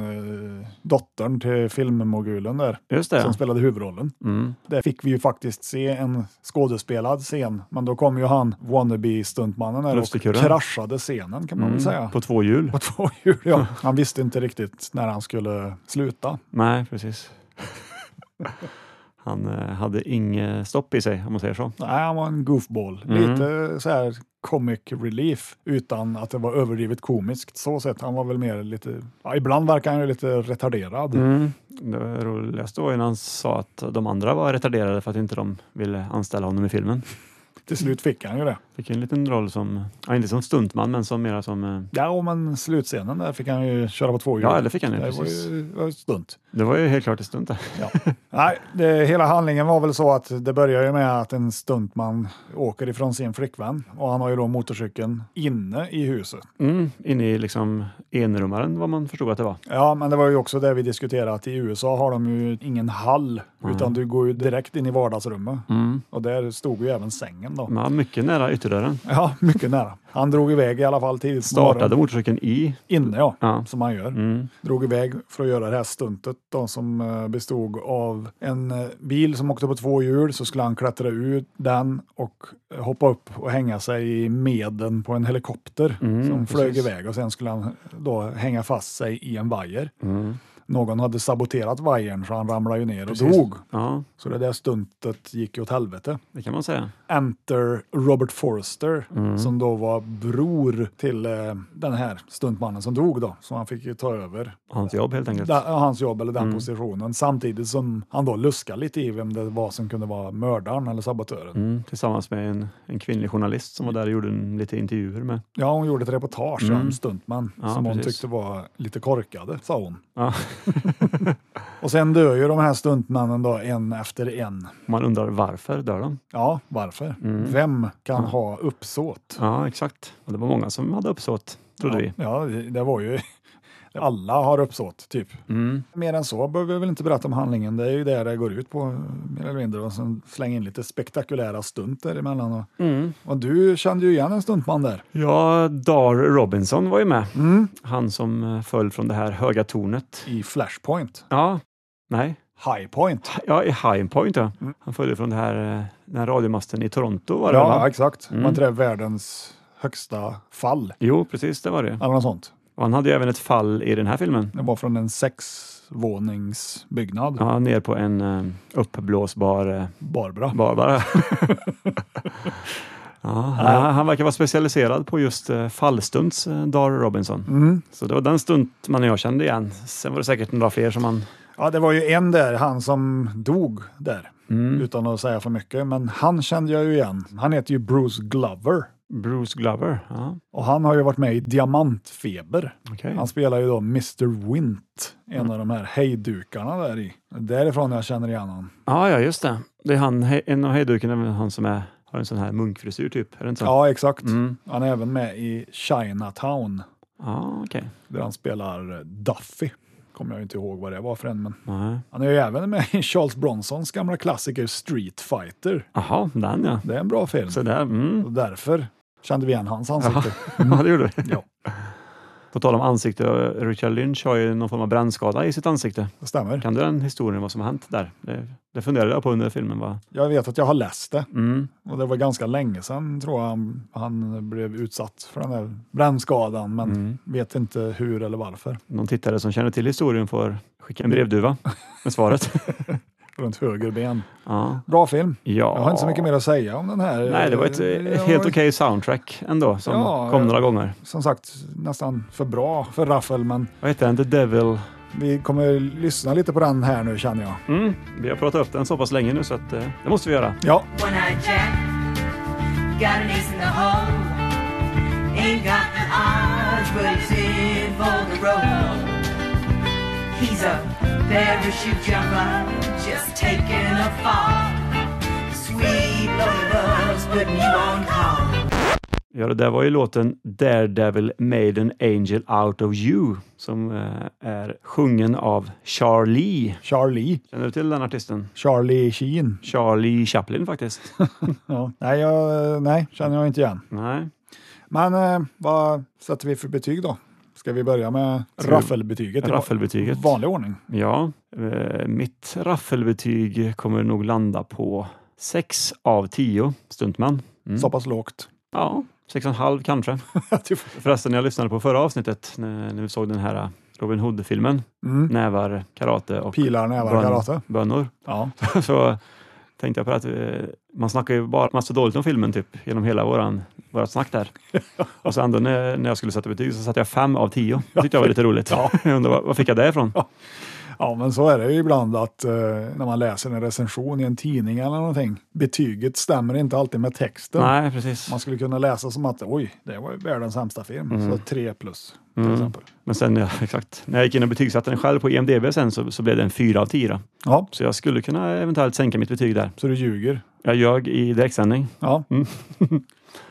F: eh, dottern till filmmogulen där,
E: just det.
F: som spelade huvudrollen.
E: Mm.
F: Där fick vi ju faktiskt se en skådespelad scen, men då kom ju han, wannabe-stuntmannen, här och
E: Lustigkurren.
F: kraschade scenen kan man väl säga.
E: Mm. På två hjul.
F: På två hjul, ja. Han visste inte riktigt när han skulle sluta.
E: Nej, precis. Han eh, hade inget stopp i sig om man säger så.
F: Nej, han var en goofball.
E: Mm.
F: Lite så här comic relief utan att det var överdrivet komiskt. Så sett, han var väl mer lite... Ja, ibland verkar han ju lite retarderad.
E: Mm. Det roligaste var ju när han sa att de andra var retarderade för att inte de ville anställa honom i filmen.
F: Till slut fick han ju det.
E: Fick en liten roll som, ja, inte som stuntman, men som mera som... eh,
F: Ja, men slutscenen där fick han ju köra på två hjul.
E: Ja, det fick han ju,
F: Det var
E: precis.
F: ju, var ju stunt.
E: Det var ju helt klart ett stunt där.
F: Nej, det, hela handlingen var väl så att det börjar ju med att en stuntman åker ifrån sin flickvän och han har ju då motorcykeln inne i huset.
E: Mm, inne i liksom enrummaren vad man förstod att det var.
F: Ja, men det var ju också det vi diskuterade att i USA har de ju ingen hall utan du går ju direkt in i vardagsrummet och där stod ju även sängen då.
E: Ja, mycket nära ytterdörren.
F: Ja, mycket nära. Han drog iväg i alla fall tidigt på
E: Startade
F: morgonen.
E: motorcykeln i...
F: inne ja,
E: Ja.
F: som han gör.
E: Mm.
F: Drog iväg för att göra det här stuntet då, som eh, bestod av en eh, bil som åkte på två hjul så skulle han klättra ur den och eh, hoppa upp och hänga sig i meden på en helikopter
E: Mm,
F: som flög
E: precis.
F: iväg och sen skulle han eh, då hänga fast sig i en vajer.
E: Mm.
F: Någon hade saboterat vajern så han ramlade ju ner och dog.
E: Ja,
F: Så det där stuntet gick ju åt helvete.
E: det kan man säga.
F: Enter Robert Forster
E: Mm.
F: som då var bror till eh, den här stuntmannen som dog då. Så han fick ju ta över
E: Hans jobb helt enkelt.
F: da- hans jobb eller
E: Mm.
F: den positionen samtidigt som han då luskade lite i vem det var som kunde vara mördaren eller sabotören.
E: Mm, tillsammans med en, en kvinnlig journalist som var där och gjorde en, lite intervjuer med.
F: Ja, hon gjorde ett reportage om stuntman
E: Mm. Ja,
F: som hon
E: precis.
F: tyckte var lite korkade, sa hon.
E: Ja.
F: Och sen dör ju de här stuntmännen då en efter en.
E: Man undrar varför dör de?
F: Ja, varför?
E: Mm.
F: Vem kan ha uppsåt?
E: Ja, exakt. Och det var många som hade uppsåt, trodde vi.
F: Ja, det det var ju... Alla har uppsåt, typ.
E: Mm.
F: Mer än så behöver vi väl inte berätta om handlingen. Det är ju det det går ut på, mer eller mindre. Och sen slänga in lite spektakulära stunt däremellan. Och,
E: Mm.
F: och du kände ju igen en stuntman där.
E: Ja, Dar Robinson var ju med.
F: Mm.
E: Han som eh, föll från det här höga tornet.
F: I Flashpoint.
E: Ja, nej.
F: High Point.
E: Ja, i High Point ja. Han föll ju från det här, eh, den här radiomasten i Toronto var Mm. det
F: Mm. Ja,
E: va?
F: exakt. Var inte det världens högsta fall?
E: Jo, precis det var det.
F: Eller något sånt.
E: Och han hade ju även ett fall i den här filmen.
F: Det var från en sexvåningsbyggnad.
E: Ja, ner på en eh, uppblåsbar eh,
F: Barbara.
E: Barbara. ja, han, han verkar vara specialiserad på just eh, fallstunts, eh, Dar Robinson.
F: Mm.
E: Så det var den stunt man jag kände igen. Sen var det säkert några fler som man...
F: Ja, det var ju en där, han som dog där.
E: Mm.
F: Utan att säga för mycket, men han kände jag ju igen. Han heter ju Bruce Glover
E: Bruce Glover. Ja,
F: och han har ju varit med i Diamantfeber.
E: okej.
F: Han spelar ju då Mr. Wint, en av de här hejdukarna där i. Därifrån jag känner igen honom.
E: ja, ja, just det. det är han, he- en av hejdukarna är väl han som är, har en sån här munkfrisyr typ. Är det inte så?
F: Ja, exakt.
E: Mm.
F: Han är även med i Chinatown,
E: ja okej.
F: där han spelar Duffy. Kommer jag inte ihåg vad det var för en, men
E: Nej.
F: han är ju även med i Charles Bronsons gamla klassiker Street Fighter.
E: Jaha, den ja.
F: Det är en bra film.
E: Så där. Mm.
F: Och därför kände vi igen hans ansikte.
E: ja, det gjorde du.
F: Mm. Ja.
E: På tal om ansikte, Richard Lynch har ju någon form av brännskada i sitt ansikte.
F: Det stämmer.
E: Kan du den historien, vad som har hänt där? Det, det funderade jag på under filmen. Va?
F: Jag vet att jag har läst det
E: Mm.
F: och det var ganska länge sedan tror jag han, han blev utsatt för den där brännskadan men
E: Mm.
F: vet inte hur eller varför.
E: Någon tittare som känner till historien får skicka en brevduva med svaret.
F: Runt höger ben.
E: ja.
F: Bra film.
E: ja.
F: Jag har inte så mycket mer att säga om den här.
E: Nej, det var ett eh,
F: Det var-
E: helt okej soundtrack ändå som
F: Ja,
E: kom
F: ja.
E: några gånger.
F: Som sagt, nästan för bra för Raffel men
E: Vad heter den? The Devil.
F: vi kommer lyssna lite på den här nu känner jag.
E: Mm. Vi har pratat upp den så pass länge nu så att, eh, det måste vi göra.
F: Ja,
J: One-eyed Jack got an ace in the hole. Ain't got the odds, but he's in for the roll. He's a parachute jumper, just taking a fall. Sweet love love's putting you on call.
E: Ja, det där var ju låten Daredevil Made an Angel Out of You som eh, är sjungen av Charlie.
F: Charlie.
E: Känner du till den artisten?
F: Charlie Sheen.
E: Charlie Chaplin faktiskt.
F: Ja. Nej, jag, nej, känner jag inte igen.
E: Nej.
F: Men eh, vad sätter vi för betyg då? Ska vi börja med raffelbetyget? i va-
E: Raffelbetyget.
F: Vanlig ordning.
E: Ja, eh, mitt raffelbetyg kommer nog landa på 6 av 10 stuntman.
F: Så pass lågt.
E: Ja, 6,5 kanske.
F: Typ.
E: Förresten, när jag lyssnade på förra avsnittet när, när vi såg den här Robin Hood-filmen,
F: Mm.
E: Nävar, karate och
F: Pilar, nävar,
E: bön-
F: karate.
E: bönor,
F: Ja.
E: så tänkte jag på att eh, man snackar ju bara massa dåligt om filmen typ genom hela våran, vårat snack där. Och så ändå när, när jag skulle sätta betyg så satte jag 5 av 10. Det tyckte jag var lite roligt. Jag undrar, var, var fick jag det ifrån?
F: ja, men så är det ju ibland att eh, när man läser en recension i en tidning eller någonting, betyget stämmer inte alltid med texten.
E: Nej, precis.
F: Man skulle kunna läsa som att oj, det var ju världens sämsta film.
E: Mm.
F: Så tre plus till exempel.
E: Men sen, ja, exakt. När jag gick in och betygsatte den själv på E IMDB sen så, så blev det en 4 av 10. då.
F: Ja,
E: Så jag skulle kunna eventuellt sänka mitt betyg där.
F: så du ljuger.
E: Jag ljög i direktsändning.
F: Ja,
E: Mm.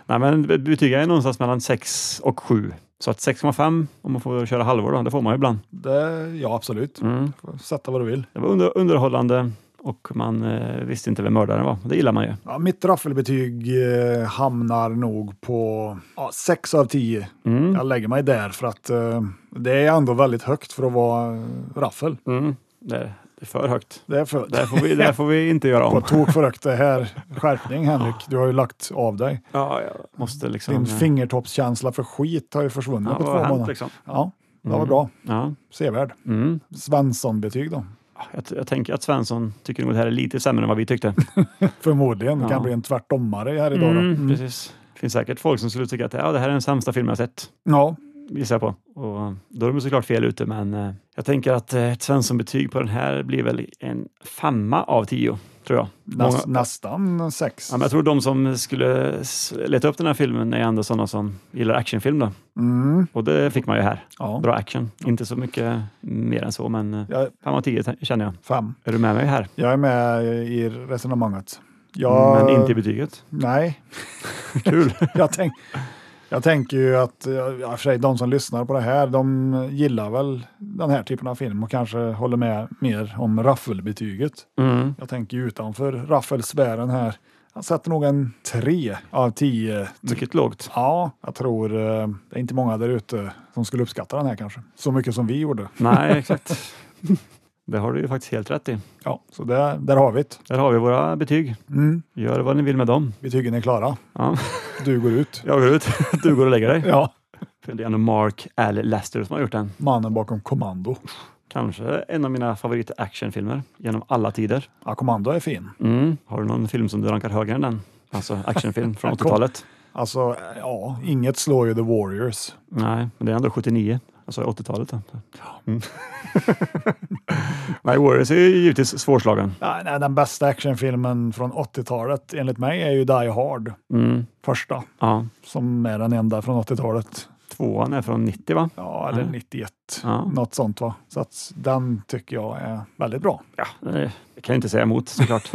E: Nej, men be- betyget är någonstans mellan 6 och 7. Så att 6,5 om man får köra halvår då, det får man ju ibland.
F: det, ja absolut.
E: Mm.
F: Får Sätta vad du vill.
E: Det var under, underhållande och man eh, visste inte vem mördaren var. Det gillar man ju.
F: Ja, mitt raffelbetyg eh, hamnar nog på ja, 6 av 10.
E: Mm.
F: Jag lägger mig där för att eh, det är ändå väldigt högt för att vara eh, raffel.
E: Det, är- det är för högt.
F: Det är för,
E: Det här får vi, det här får vi inte göra
F: på
E: om.
F: tok för högt det här. Skärpning Henrik, du har ju lagt av dig.
E: Ja, jag måste liksom...
F: Din
E: eh,
F: fingertoppskänsla för skit har ju försvunnit
E: ja,
F: på
E: vad
F: två
E: har hänt,
F: månader.
E: liksom?
F: Ja, det var bra.
E: Ja.
F: Sevärd.
E: Mm.
F: Svensson-betyg då.
E: Jag, jag tänker att Svensson tycker nog det här är lite sämre än vad vi tyckte.
F: Förmodligen. Det
E: Ja.
F: kan bli en tvärtommare här idag.
E: Mm,
F: Då.
E: Precis. Det finns säkert folk som skulle tycka att ja, det här är den sämsta filmen jag sett,
F: Ja,
E: gissar jag på. Och då är de såklart fel ute, men eh, jag tänker att eh, ett Svensson-betyg på den här blir väl en femma av tio, tror jag.
F: näs,
E: Många-
F: nästan sex.
E: Ja, men jag tror de som skulle s- leta upp den här filmen är ändå sådana som gillar actionfilm. Då.
F: Mm,
E: Och det fick man ju här.
F: ja.
E: Bra action. Inte så mycket mer än så, men eh,
F: Jag,
E: fem av tio t- känner jag.
F: fem.
E: Är du med mig här?
F: Jag är med i
E: Mm,
F: resonemanget. Jag,
E: Men inte i betyget.
F: Nej,
E: Kul!
F: jag, tänk, Jag tänker ju att, eh, ja, i och för sig, de som lyssnar på det här, de gillar väl den här typen av film och kanske håller med mer om raffelbetyget.
E: Mm.
F: Jag tänker ju utanför raffelsfären här. Jag sätter nog en tre av tio.
E: Mycket lågt.
F: Ja, jag tror eh, det är inte många där ute som skulle uppskatta den här kanske. Så mycket som vi gjorde.
E: Nej, exakt. Det har du ju faktiskt helt rätt i.
F: Ja, så där, där har vi det.
E: Där har vi våra betyg.
F: Mm,
E: Gör vad ni vill med dem.
F: betygen är klara.
E: Ja.
F: Du går ut.
E: Jag går ut. Du går och lägger dig.
F: Ja,
E: Det är ändå Mark L. Lester som har gjort den.
F: mannen bakom kommando.
E: Kanske en av mina favorit-actionfilmer genom alla tider.
F: Ja, kommando är fin.
E: Mm. Har du någon film som du rankar högre än den? Alltså actionfilm från 80-talet?
F: Alltså, ja, inget slår ju The Warriors.
E: Nej, men det är ändå 79. Alltså 80-talet. då. Mm. Nej, Warriors är ju givetvis svårslagen.
F: Nej, nej, den bästa actionfilmen från 80-talet enligt mig är ju Die Hard.
E: Mm.
F: Första,
E: Ja.
F: som är den enda från 80-talet.
E: Tvåan är från 90 va?
F: Ja, eller 91.
E: Mm. Ja.
F: Något sånt va. Så att den tycker jag är väldigt bra.
E: Nej, Eh, det kan jag inte säga emot såklart.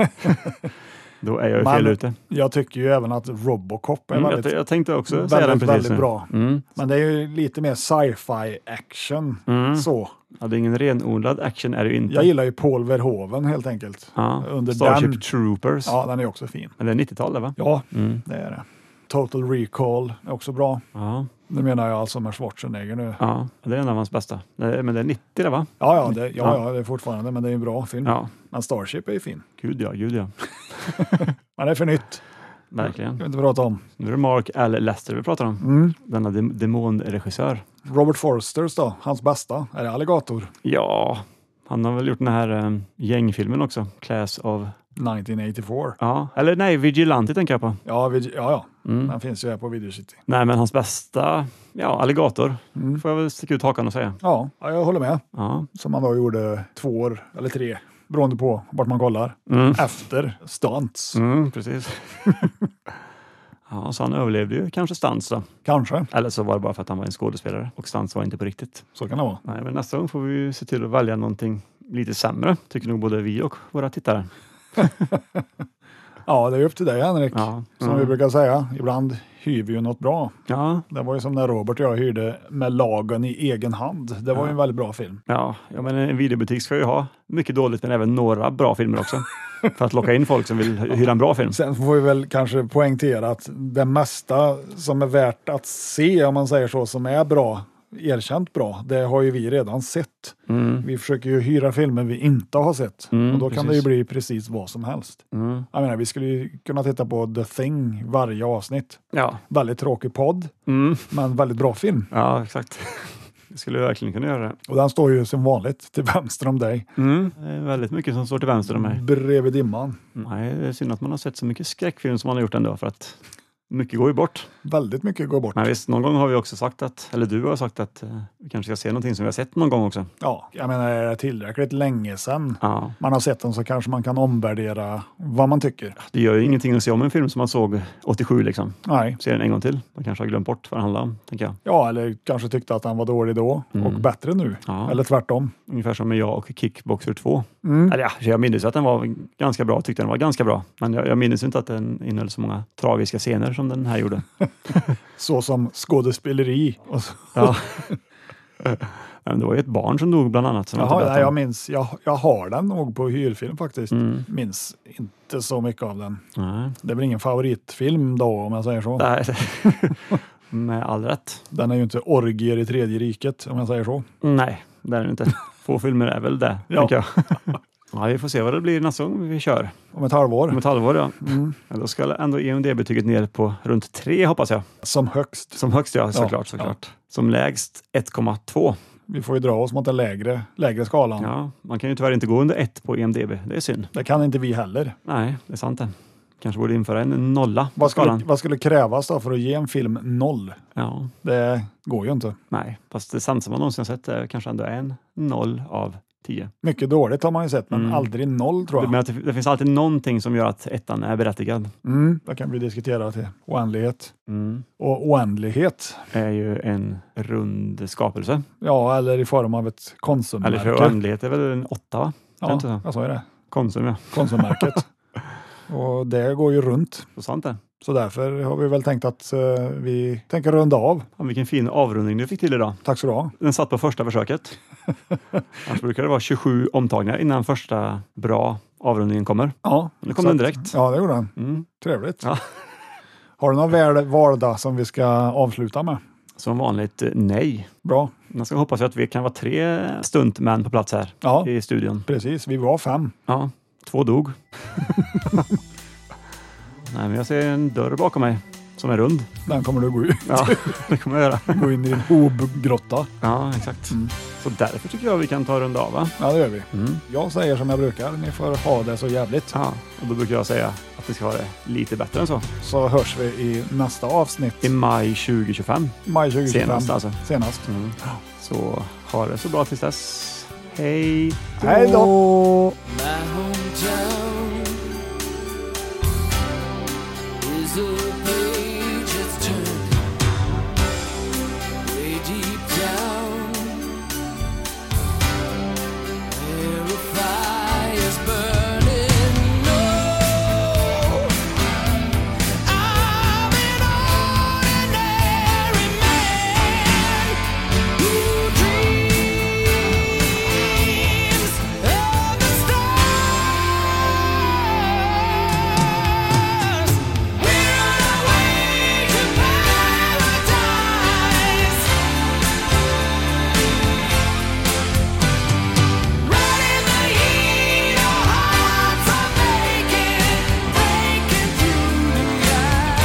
E: Då är jag ju
F: Men-
E: fel ute.
F: Jag tycker ju även att Robocop är
E: Mm,
F: väldigt,
E: jag, jag tänkte också säga den
F: väldigt,
E: precis nu.
F: väldigt bra.
E: Mm.
F: Men det är ju lite mer sci-fi action.
E: Mm.
F: Så.
E: Ja, det är ingen renodlad action är det ju inte.
F: Jag gillar ju Paul Verhoeven helt enkelt.
E: ja.
F: under
E: Starship
F: den-
E: Troopers.
F: Ja, den är också fin.
E: Men det är 90-talet va?
F: Ja,
E: Mm.
F: det är det. Total Recall är också bra.
E: Ja.
F: Nu menar jag alltså med Schwarzenegger nu.
E: ja, det är en av hans bästa. Nej, Men det är 90 det va?
F: Ja, ja, det, ja, ja, det är fortfarande, men det är en bra film.
E: Ja,
F: Men Starship är ju fin.
E: gud ja, gud ja.
F: Men det är för nytt. Det
E: Verkligen.
F: kan vi inte prata om.
E: Nu är det Mark L. Lester vi pratar om.
F: Mm.
E: Denna dem- demonregissör.
F: Robert Forsters då, hans bästa. Är det Alligator?
E: Ja, han har väl gjort den här eh, gängfilmen också. Class of...
F: 1984.
E: Ja, eller nej, Vigilante tänker jag på.
F: Ja, vi, ja, ja.
E: Mm.
F: den finns ju här på Video City.
E: Nej, men hans bästa, ja, alligator,
F: Mm.
E: får jag väl sticka ut hakan och säga.
F: Ja, ja, jag håller med.
E: Ja.
F: Som man då gjorde två år, eller tre, beroende på vart man kollar.
E: Mm.
F: Efter stunts,
E: Mm, precis. ja, så han överlevde ju kanske Stans då.
F: kanske.
E: Eller så var det bara för att han var en skådespelare och Stans var inte på riktigt.
F: Så kan det vara.
E: Nej, men nästa gång får vi ju se till att välja någonting lite sämre, tycker nog både vi och våra tittare.
F: Ja, det är upp till dig Henrik.
E: Ja,
F: Som
E: mm.
F: vi brukar säga, ibland hyr vi ju något bra.
E: ja,
F: Det var ju som när Robert och jag hyrde Med lagen i egen hand. Det var ju en väldigt bra film.
E: ja, ja, men en videobutik ska ju ha mycket dåligt, men även några bra filmer också. för att locka in folk som vill hyra en bra film.
F: Sen får vi väl kanske poängtera att det mesta som är värt att se, om man säger så, som är bra, erkänt bra, det har ju vi redan sett.
E: Mm,
F: Vi försöker ju hyra filmer vi inte har sett
E: Mm,
F: och då kan det ju
E: precis.
F: bli precis vad som helst.
E: mm.
F: Jag menar, vi skulle ju kunna titta på The Thing varje avsnitt.
E: Ja.
F: Väldigt tråkig podd,
E: Mm.
F: men väldigt bra film.
E: ja, exakt. Vi skulle verkligen kunna göra det.
F: Och den står ju som vanligt till vänster om dig,
E: Det är väldigt mycket som står till vänster om mig.
F: bredvid dimman.
E: Nej, det är synd att man har sett så mycket skräckfilm som man har gjort ändå för att mycket går ju bort.
F: Väldigt mycket går bort.
E: Men visst, någon gång har vi också sagt att, eller du har sagt att eh, vi kanske ska se någonting som vi har sett någon gång också.
F: Ja, jag menar, är det tillräckligt länge sedan
E: Ja,
F: man har sett den så kanske man kan omvärdera vad man tycker.
E: det gör ju ingenting att se om en film som man såg 87 liksom.
F: Nej.
E: Se den en gång till. Man kanske har glömt bort vad den handlar om, tänker jag.
F: Ja, eller kanske tyckte att han var dålig då och bättre nu.
E: Mm. Ja.
F: Eller tvärtom.
E: Ungefär som med jag och Kickboxer 2.
F: Mm.
E: Eller ja, jag minns ju att den var ganska bra, tyckte den var ganska bra. Men jag, jag minns ju inte att den innehöll så många tragiska scener som den här gjorde.
F: Så som skådespeleri. Och så.
E: Ja. Men det var ju ett barn som dog bland annat. Som jag inte
F: Jaha,
E: berättade
F: nej, jag
E: om.
F: minns. Jag, jag har den nog på hyrfilm faktiskt. Minns inte så mycket av den.
E: Mm. Nej.
F: Det är väl ingen favoritfilm då om jag säger så.
E: Nej, med all rätt.
F: Den är ju inte orgier i tredje riket om jag säger så.
E: Nej, det är det inte. Få filmer är väl det,
F: Ja.
E: ja. tänker jag. Ja, vi får se vad det blir nästa gång vi kör.
F: Om ett halvår
E: Om ett halvår, ja.
F: Mm.
E: ja då ska ändå EMD-betyget ner på runt 3, hoppas jag.
F: som högst.
E: Som högst, ja. Såklart, såklart. Som lägst 1,2.
F: Vi får ju dra oss mot den lägre, lägre skalan.
E: Ja, man kan ju tyvärr inte gå under 1 på E EMDB. Det är synd.
F: Det kan inte vi heller.
E: Nej, det är sant det. Kanske borde införa en nolla på
F: Vad skulle,
E: skalan.
F: vad skulle krävas då för att ge en film noll?
E: Ja,
F: Det går ju inte.
E: nej. Fast det sämsta man någonsin har sett är kanske ändå en noll av 10.
F: Mycket dåligt har man ju sett, men aldrig noll tror
E: Du
F: jag.
E: menar att Mm. det, det finns alltid någonting som gör att ettan är berättigad?
F: Mm, det kan vi diskutera till oändlighet.
E: Mm.
F: Och oändlighet,
E: är ju en rund skapelse.
F: ja, eller i form av ett
E: Eller för
F: konsummärke.
E: oändlighet är väl en åtta? Va? Är det inte
F: Ja,
E: så?
F: jag sa ju det.
E: Konsum, ja.
F: Konsummärket. och det går ju runt.
E: Så sant det.
F: Så därför har vi väl tänkt att eh, vi tänker runda av.
E: Fan, vilken fin avrundning du fick till idag.
F: Tack så du ha.
E: Den satt på första försöket. Annars brukar det vara 27 omtagningar innan första bra avrundningen kommer.
F: Ja,
E: Nu kom
F: så
E: den
F: att-
E: direkt.
F: Ja, det gjorde den.
E: Mm.
F: Trevligt.
E: Ja.
F: Har du någon väl valda som vi ska avsluta med?
E: Som vanligt, eh, nej.
F: Bra.
E: Man ska hoppas att vi kan vara tre stuntmän på plats här
F: Ja,
E: i studion.
F: precis. Vi var fem.
E: Ja, två dog. Nej, men jag ser en dörr bakom mig som är rund.
F: Den kommer du gå, ut,
E: Ja, det kommer jag göra.
F: gå in i din hobgrotta.
E: Ja, mm. exakt. Så därför tycker jag vi kan ta och runda av. Va?
F: Ja, det gör vi.
E: Mm.
F: Jag säger som jag brukar. Ni får ha det så jävligt.
E: Ja, och då brukar jag säga att vi ska ha det lite bättre än så.
F: Så hörs vi i nästa avsnitt.
E: I maj 2025
F: Maj 2025.
E: Senast alltså.
F: Senast.
E: så har det så bra tills dess. Hej!
F: Hej då!
H: My hometown is a page that's turned way deep down where a fire's burning. No, I'm an ordinary man who dreams of the stars. We're on our way to paradise. Right in the heat, our hearts are breaking, breaking through the ice.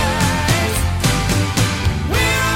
H: We're on our way to paradise.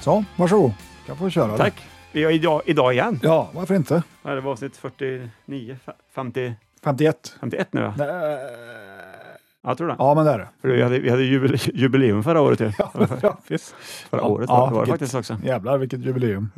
F: Så, varsågod. kan få köra.
E: Tack! Vi är idag, idag igen.
F: Ja, varför inte?
E: Ja, det var avsnitt 49, fa- 50,
F: 51.
E: 51 nu va?
F: Nej.
E: Ja, jag tror det.
F: Ja, men det är det.
E: För vi hade, vi hade jubile- jubileum förra året ju. Eller för-
F: Ja, visst.
E: Förra året
F: Ja,
E: var det
F: vilket-
E: faktiskt också.
F: Jävlar vilket jubileum.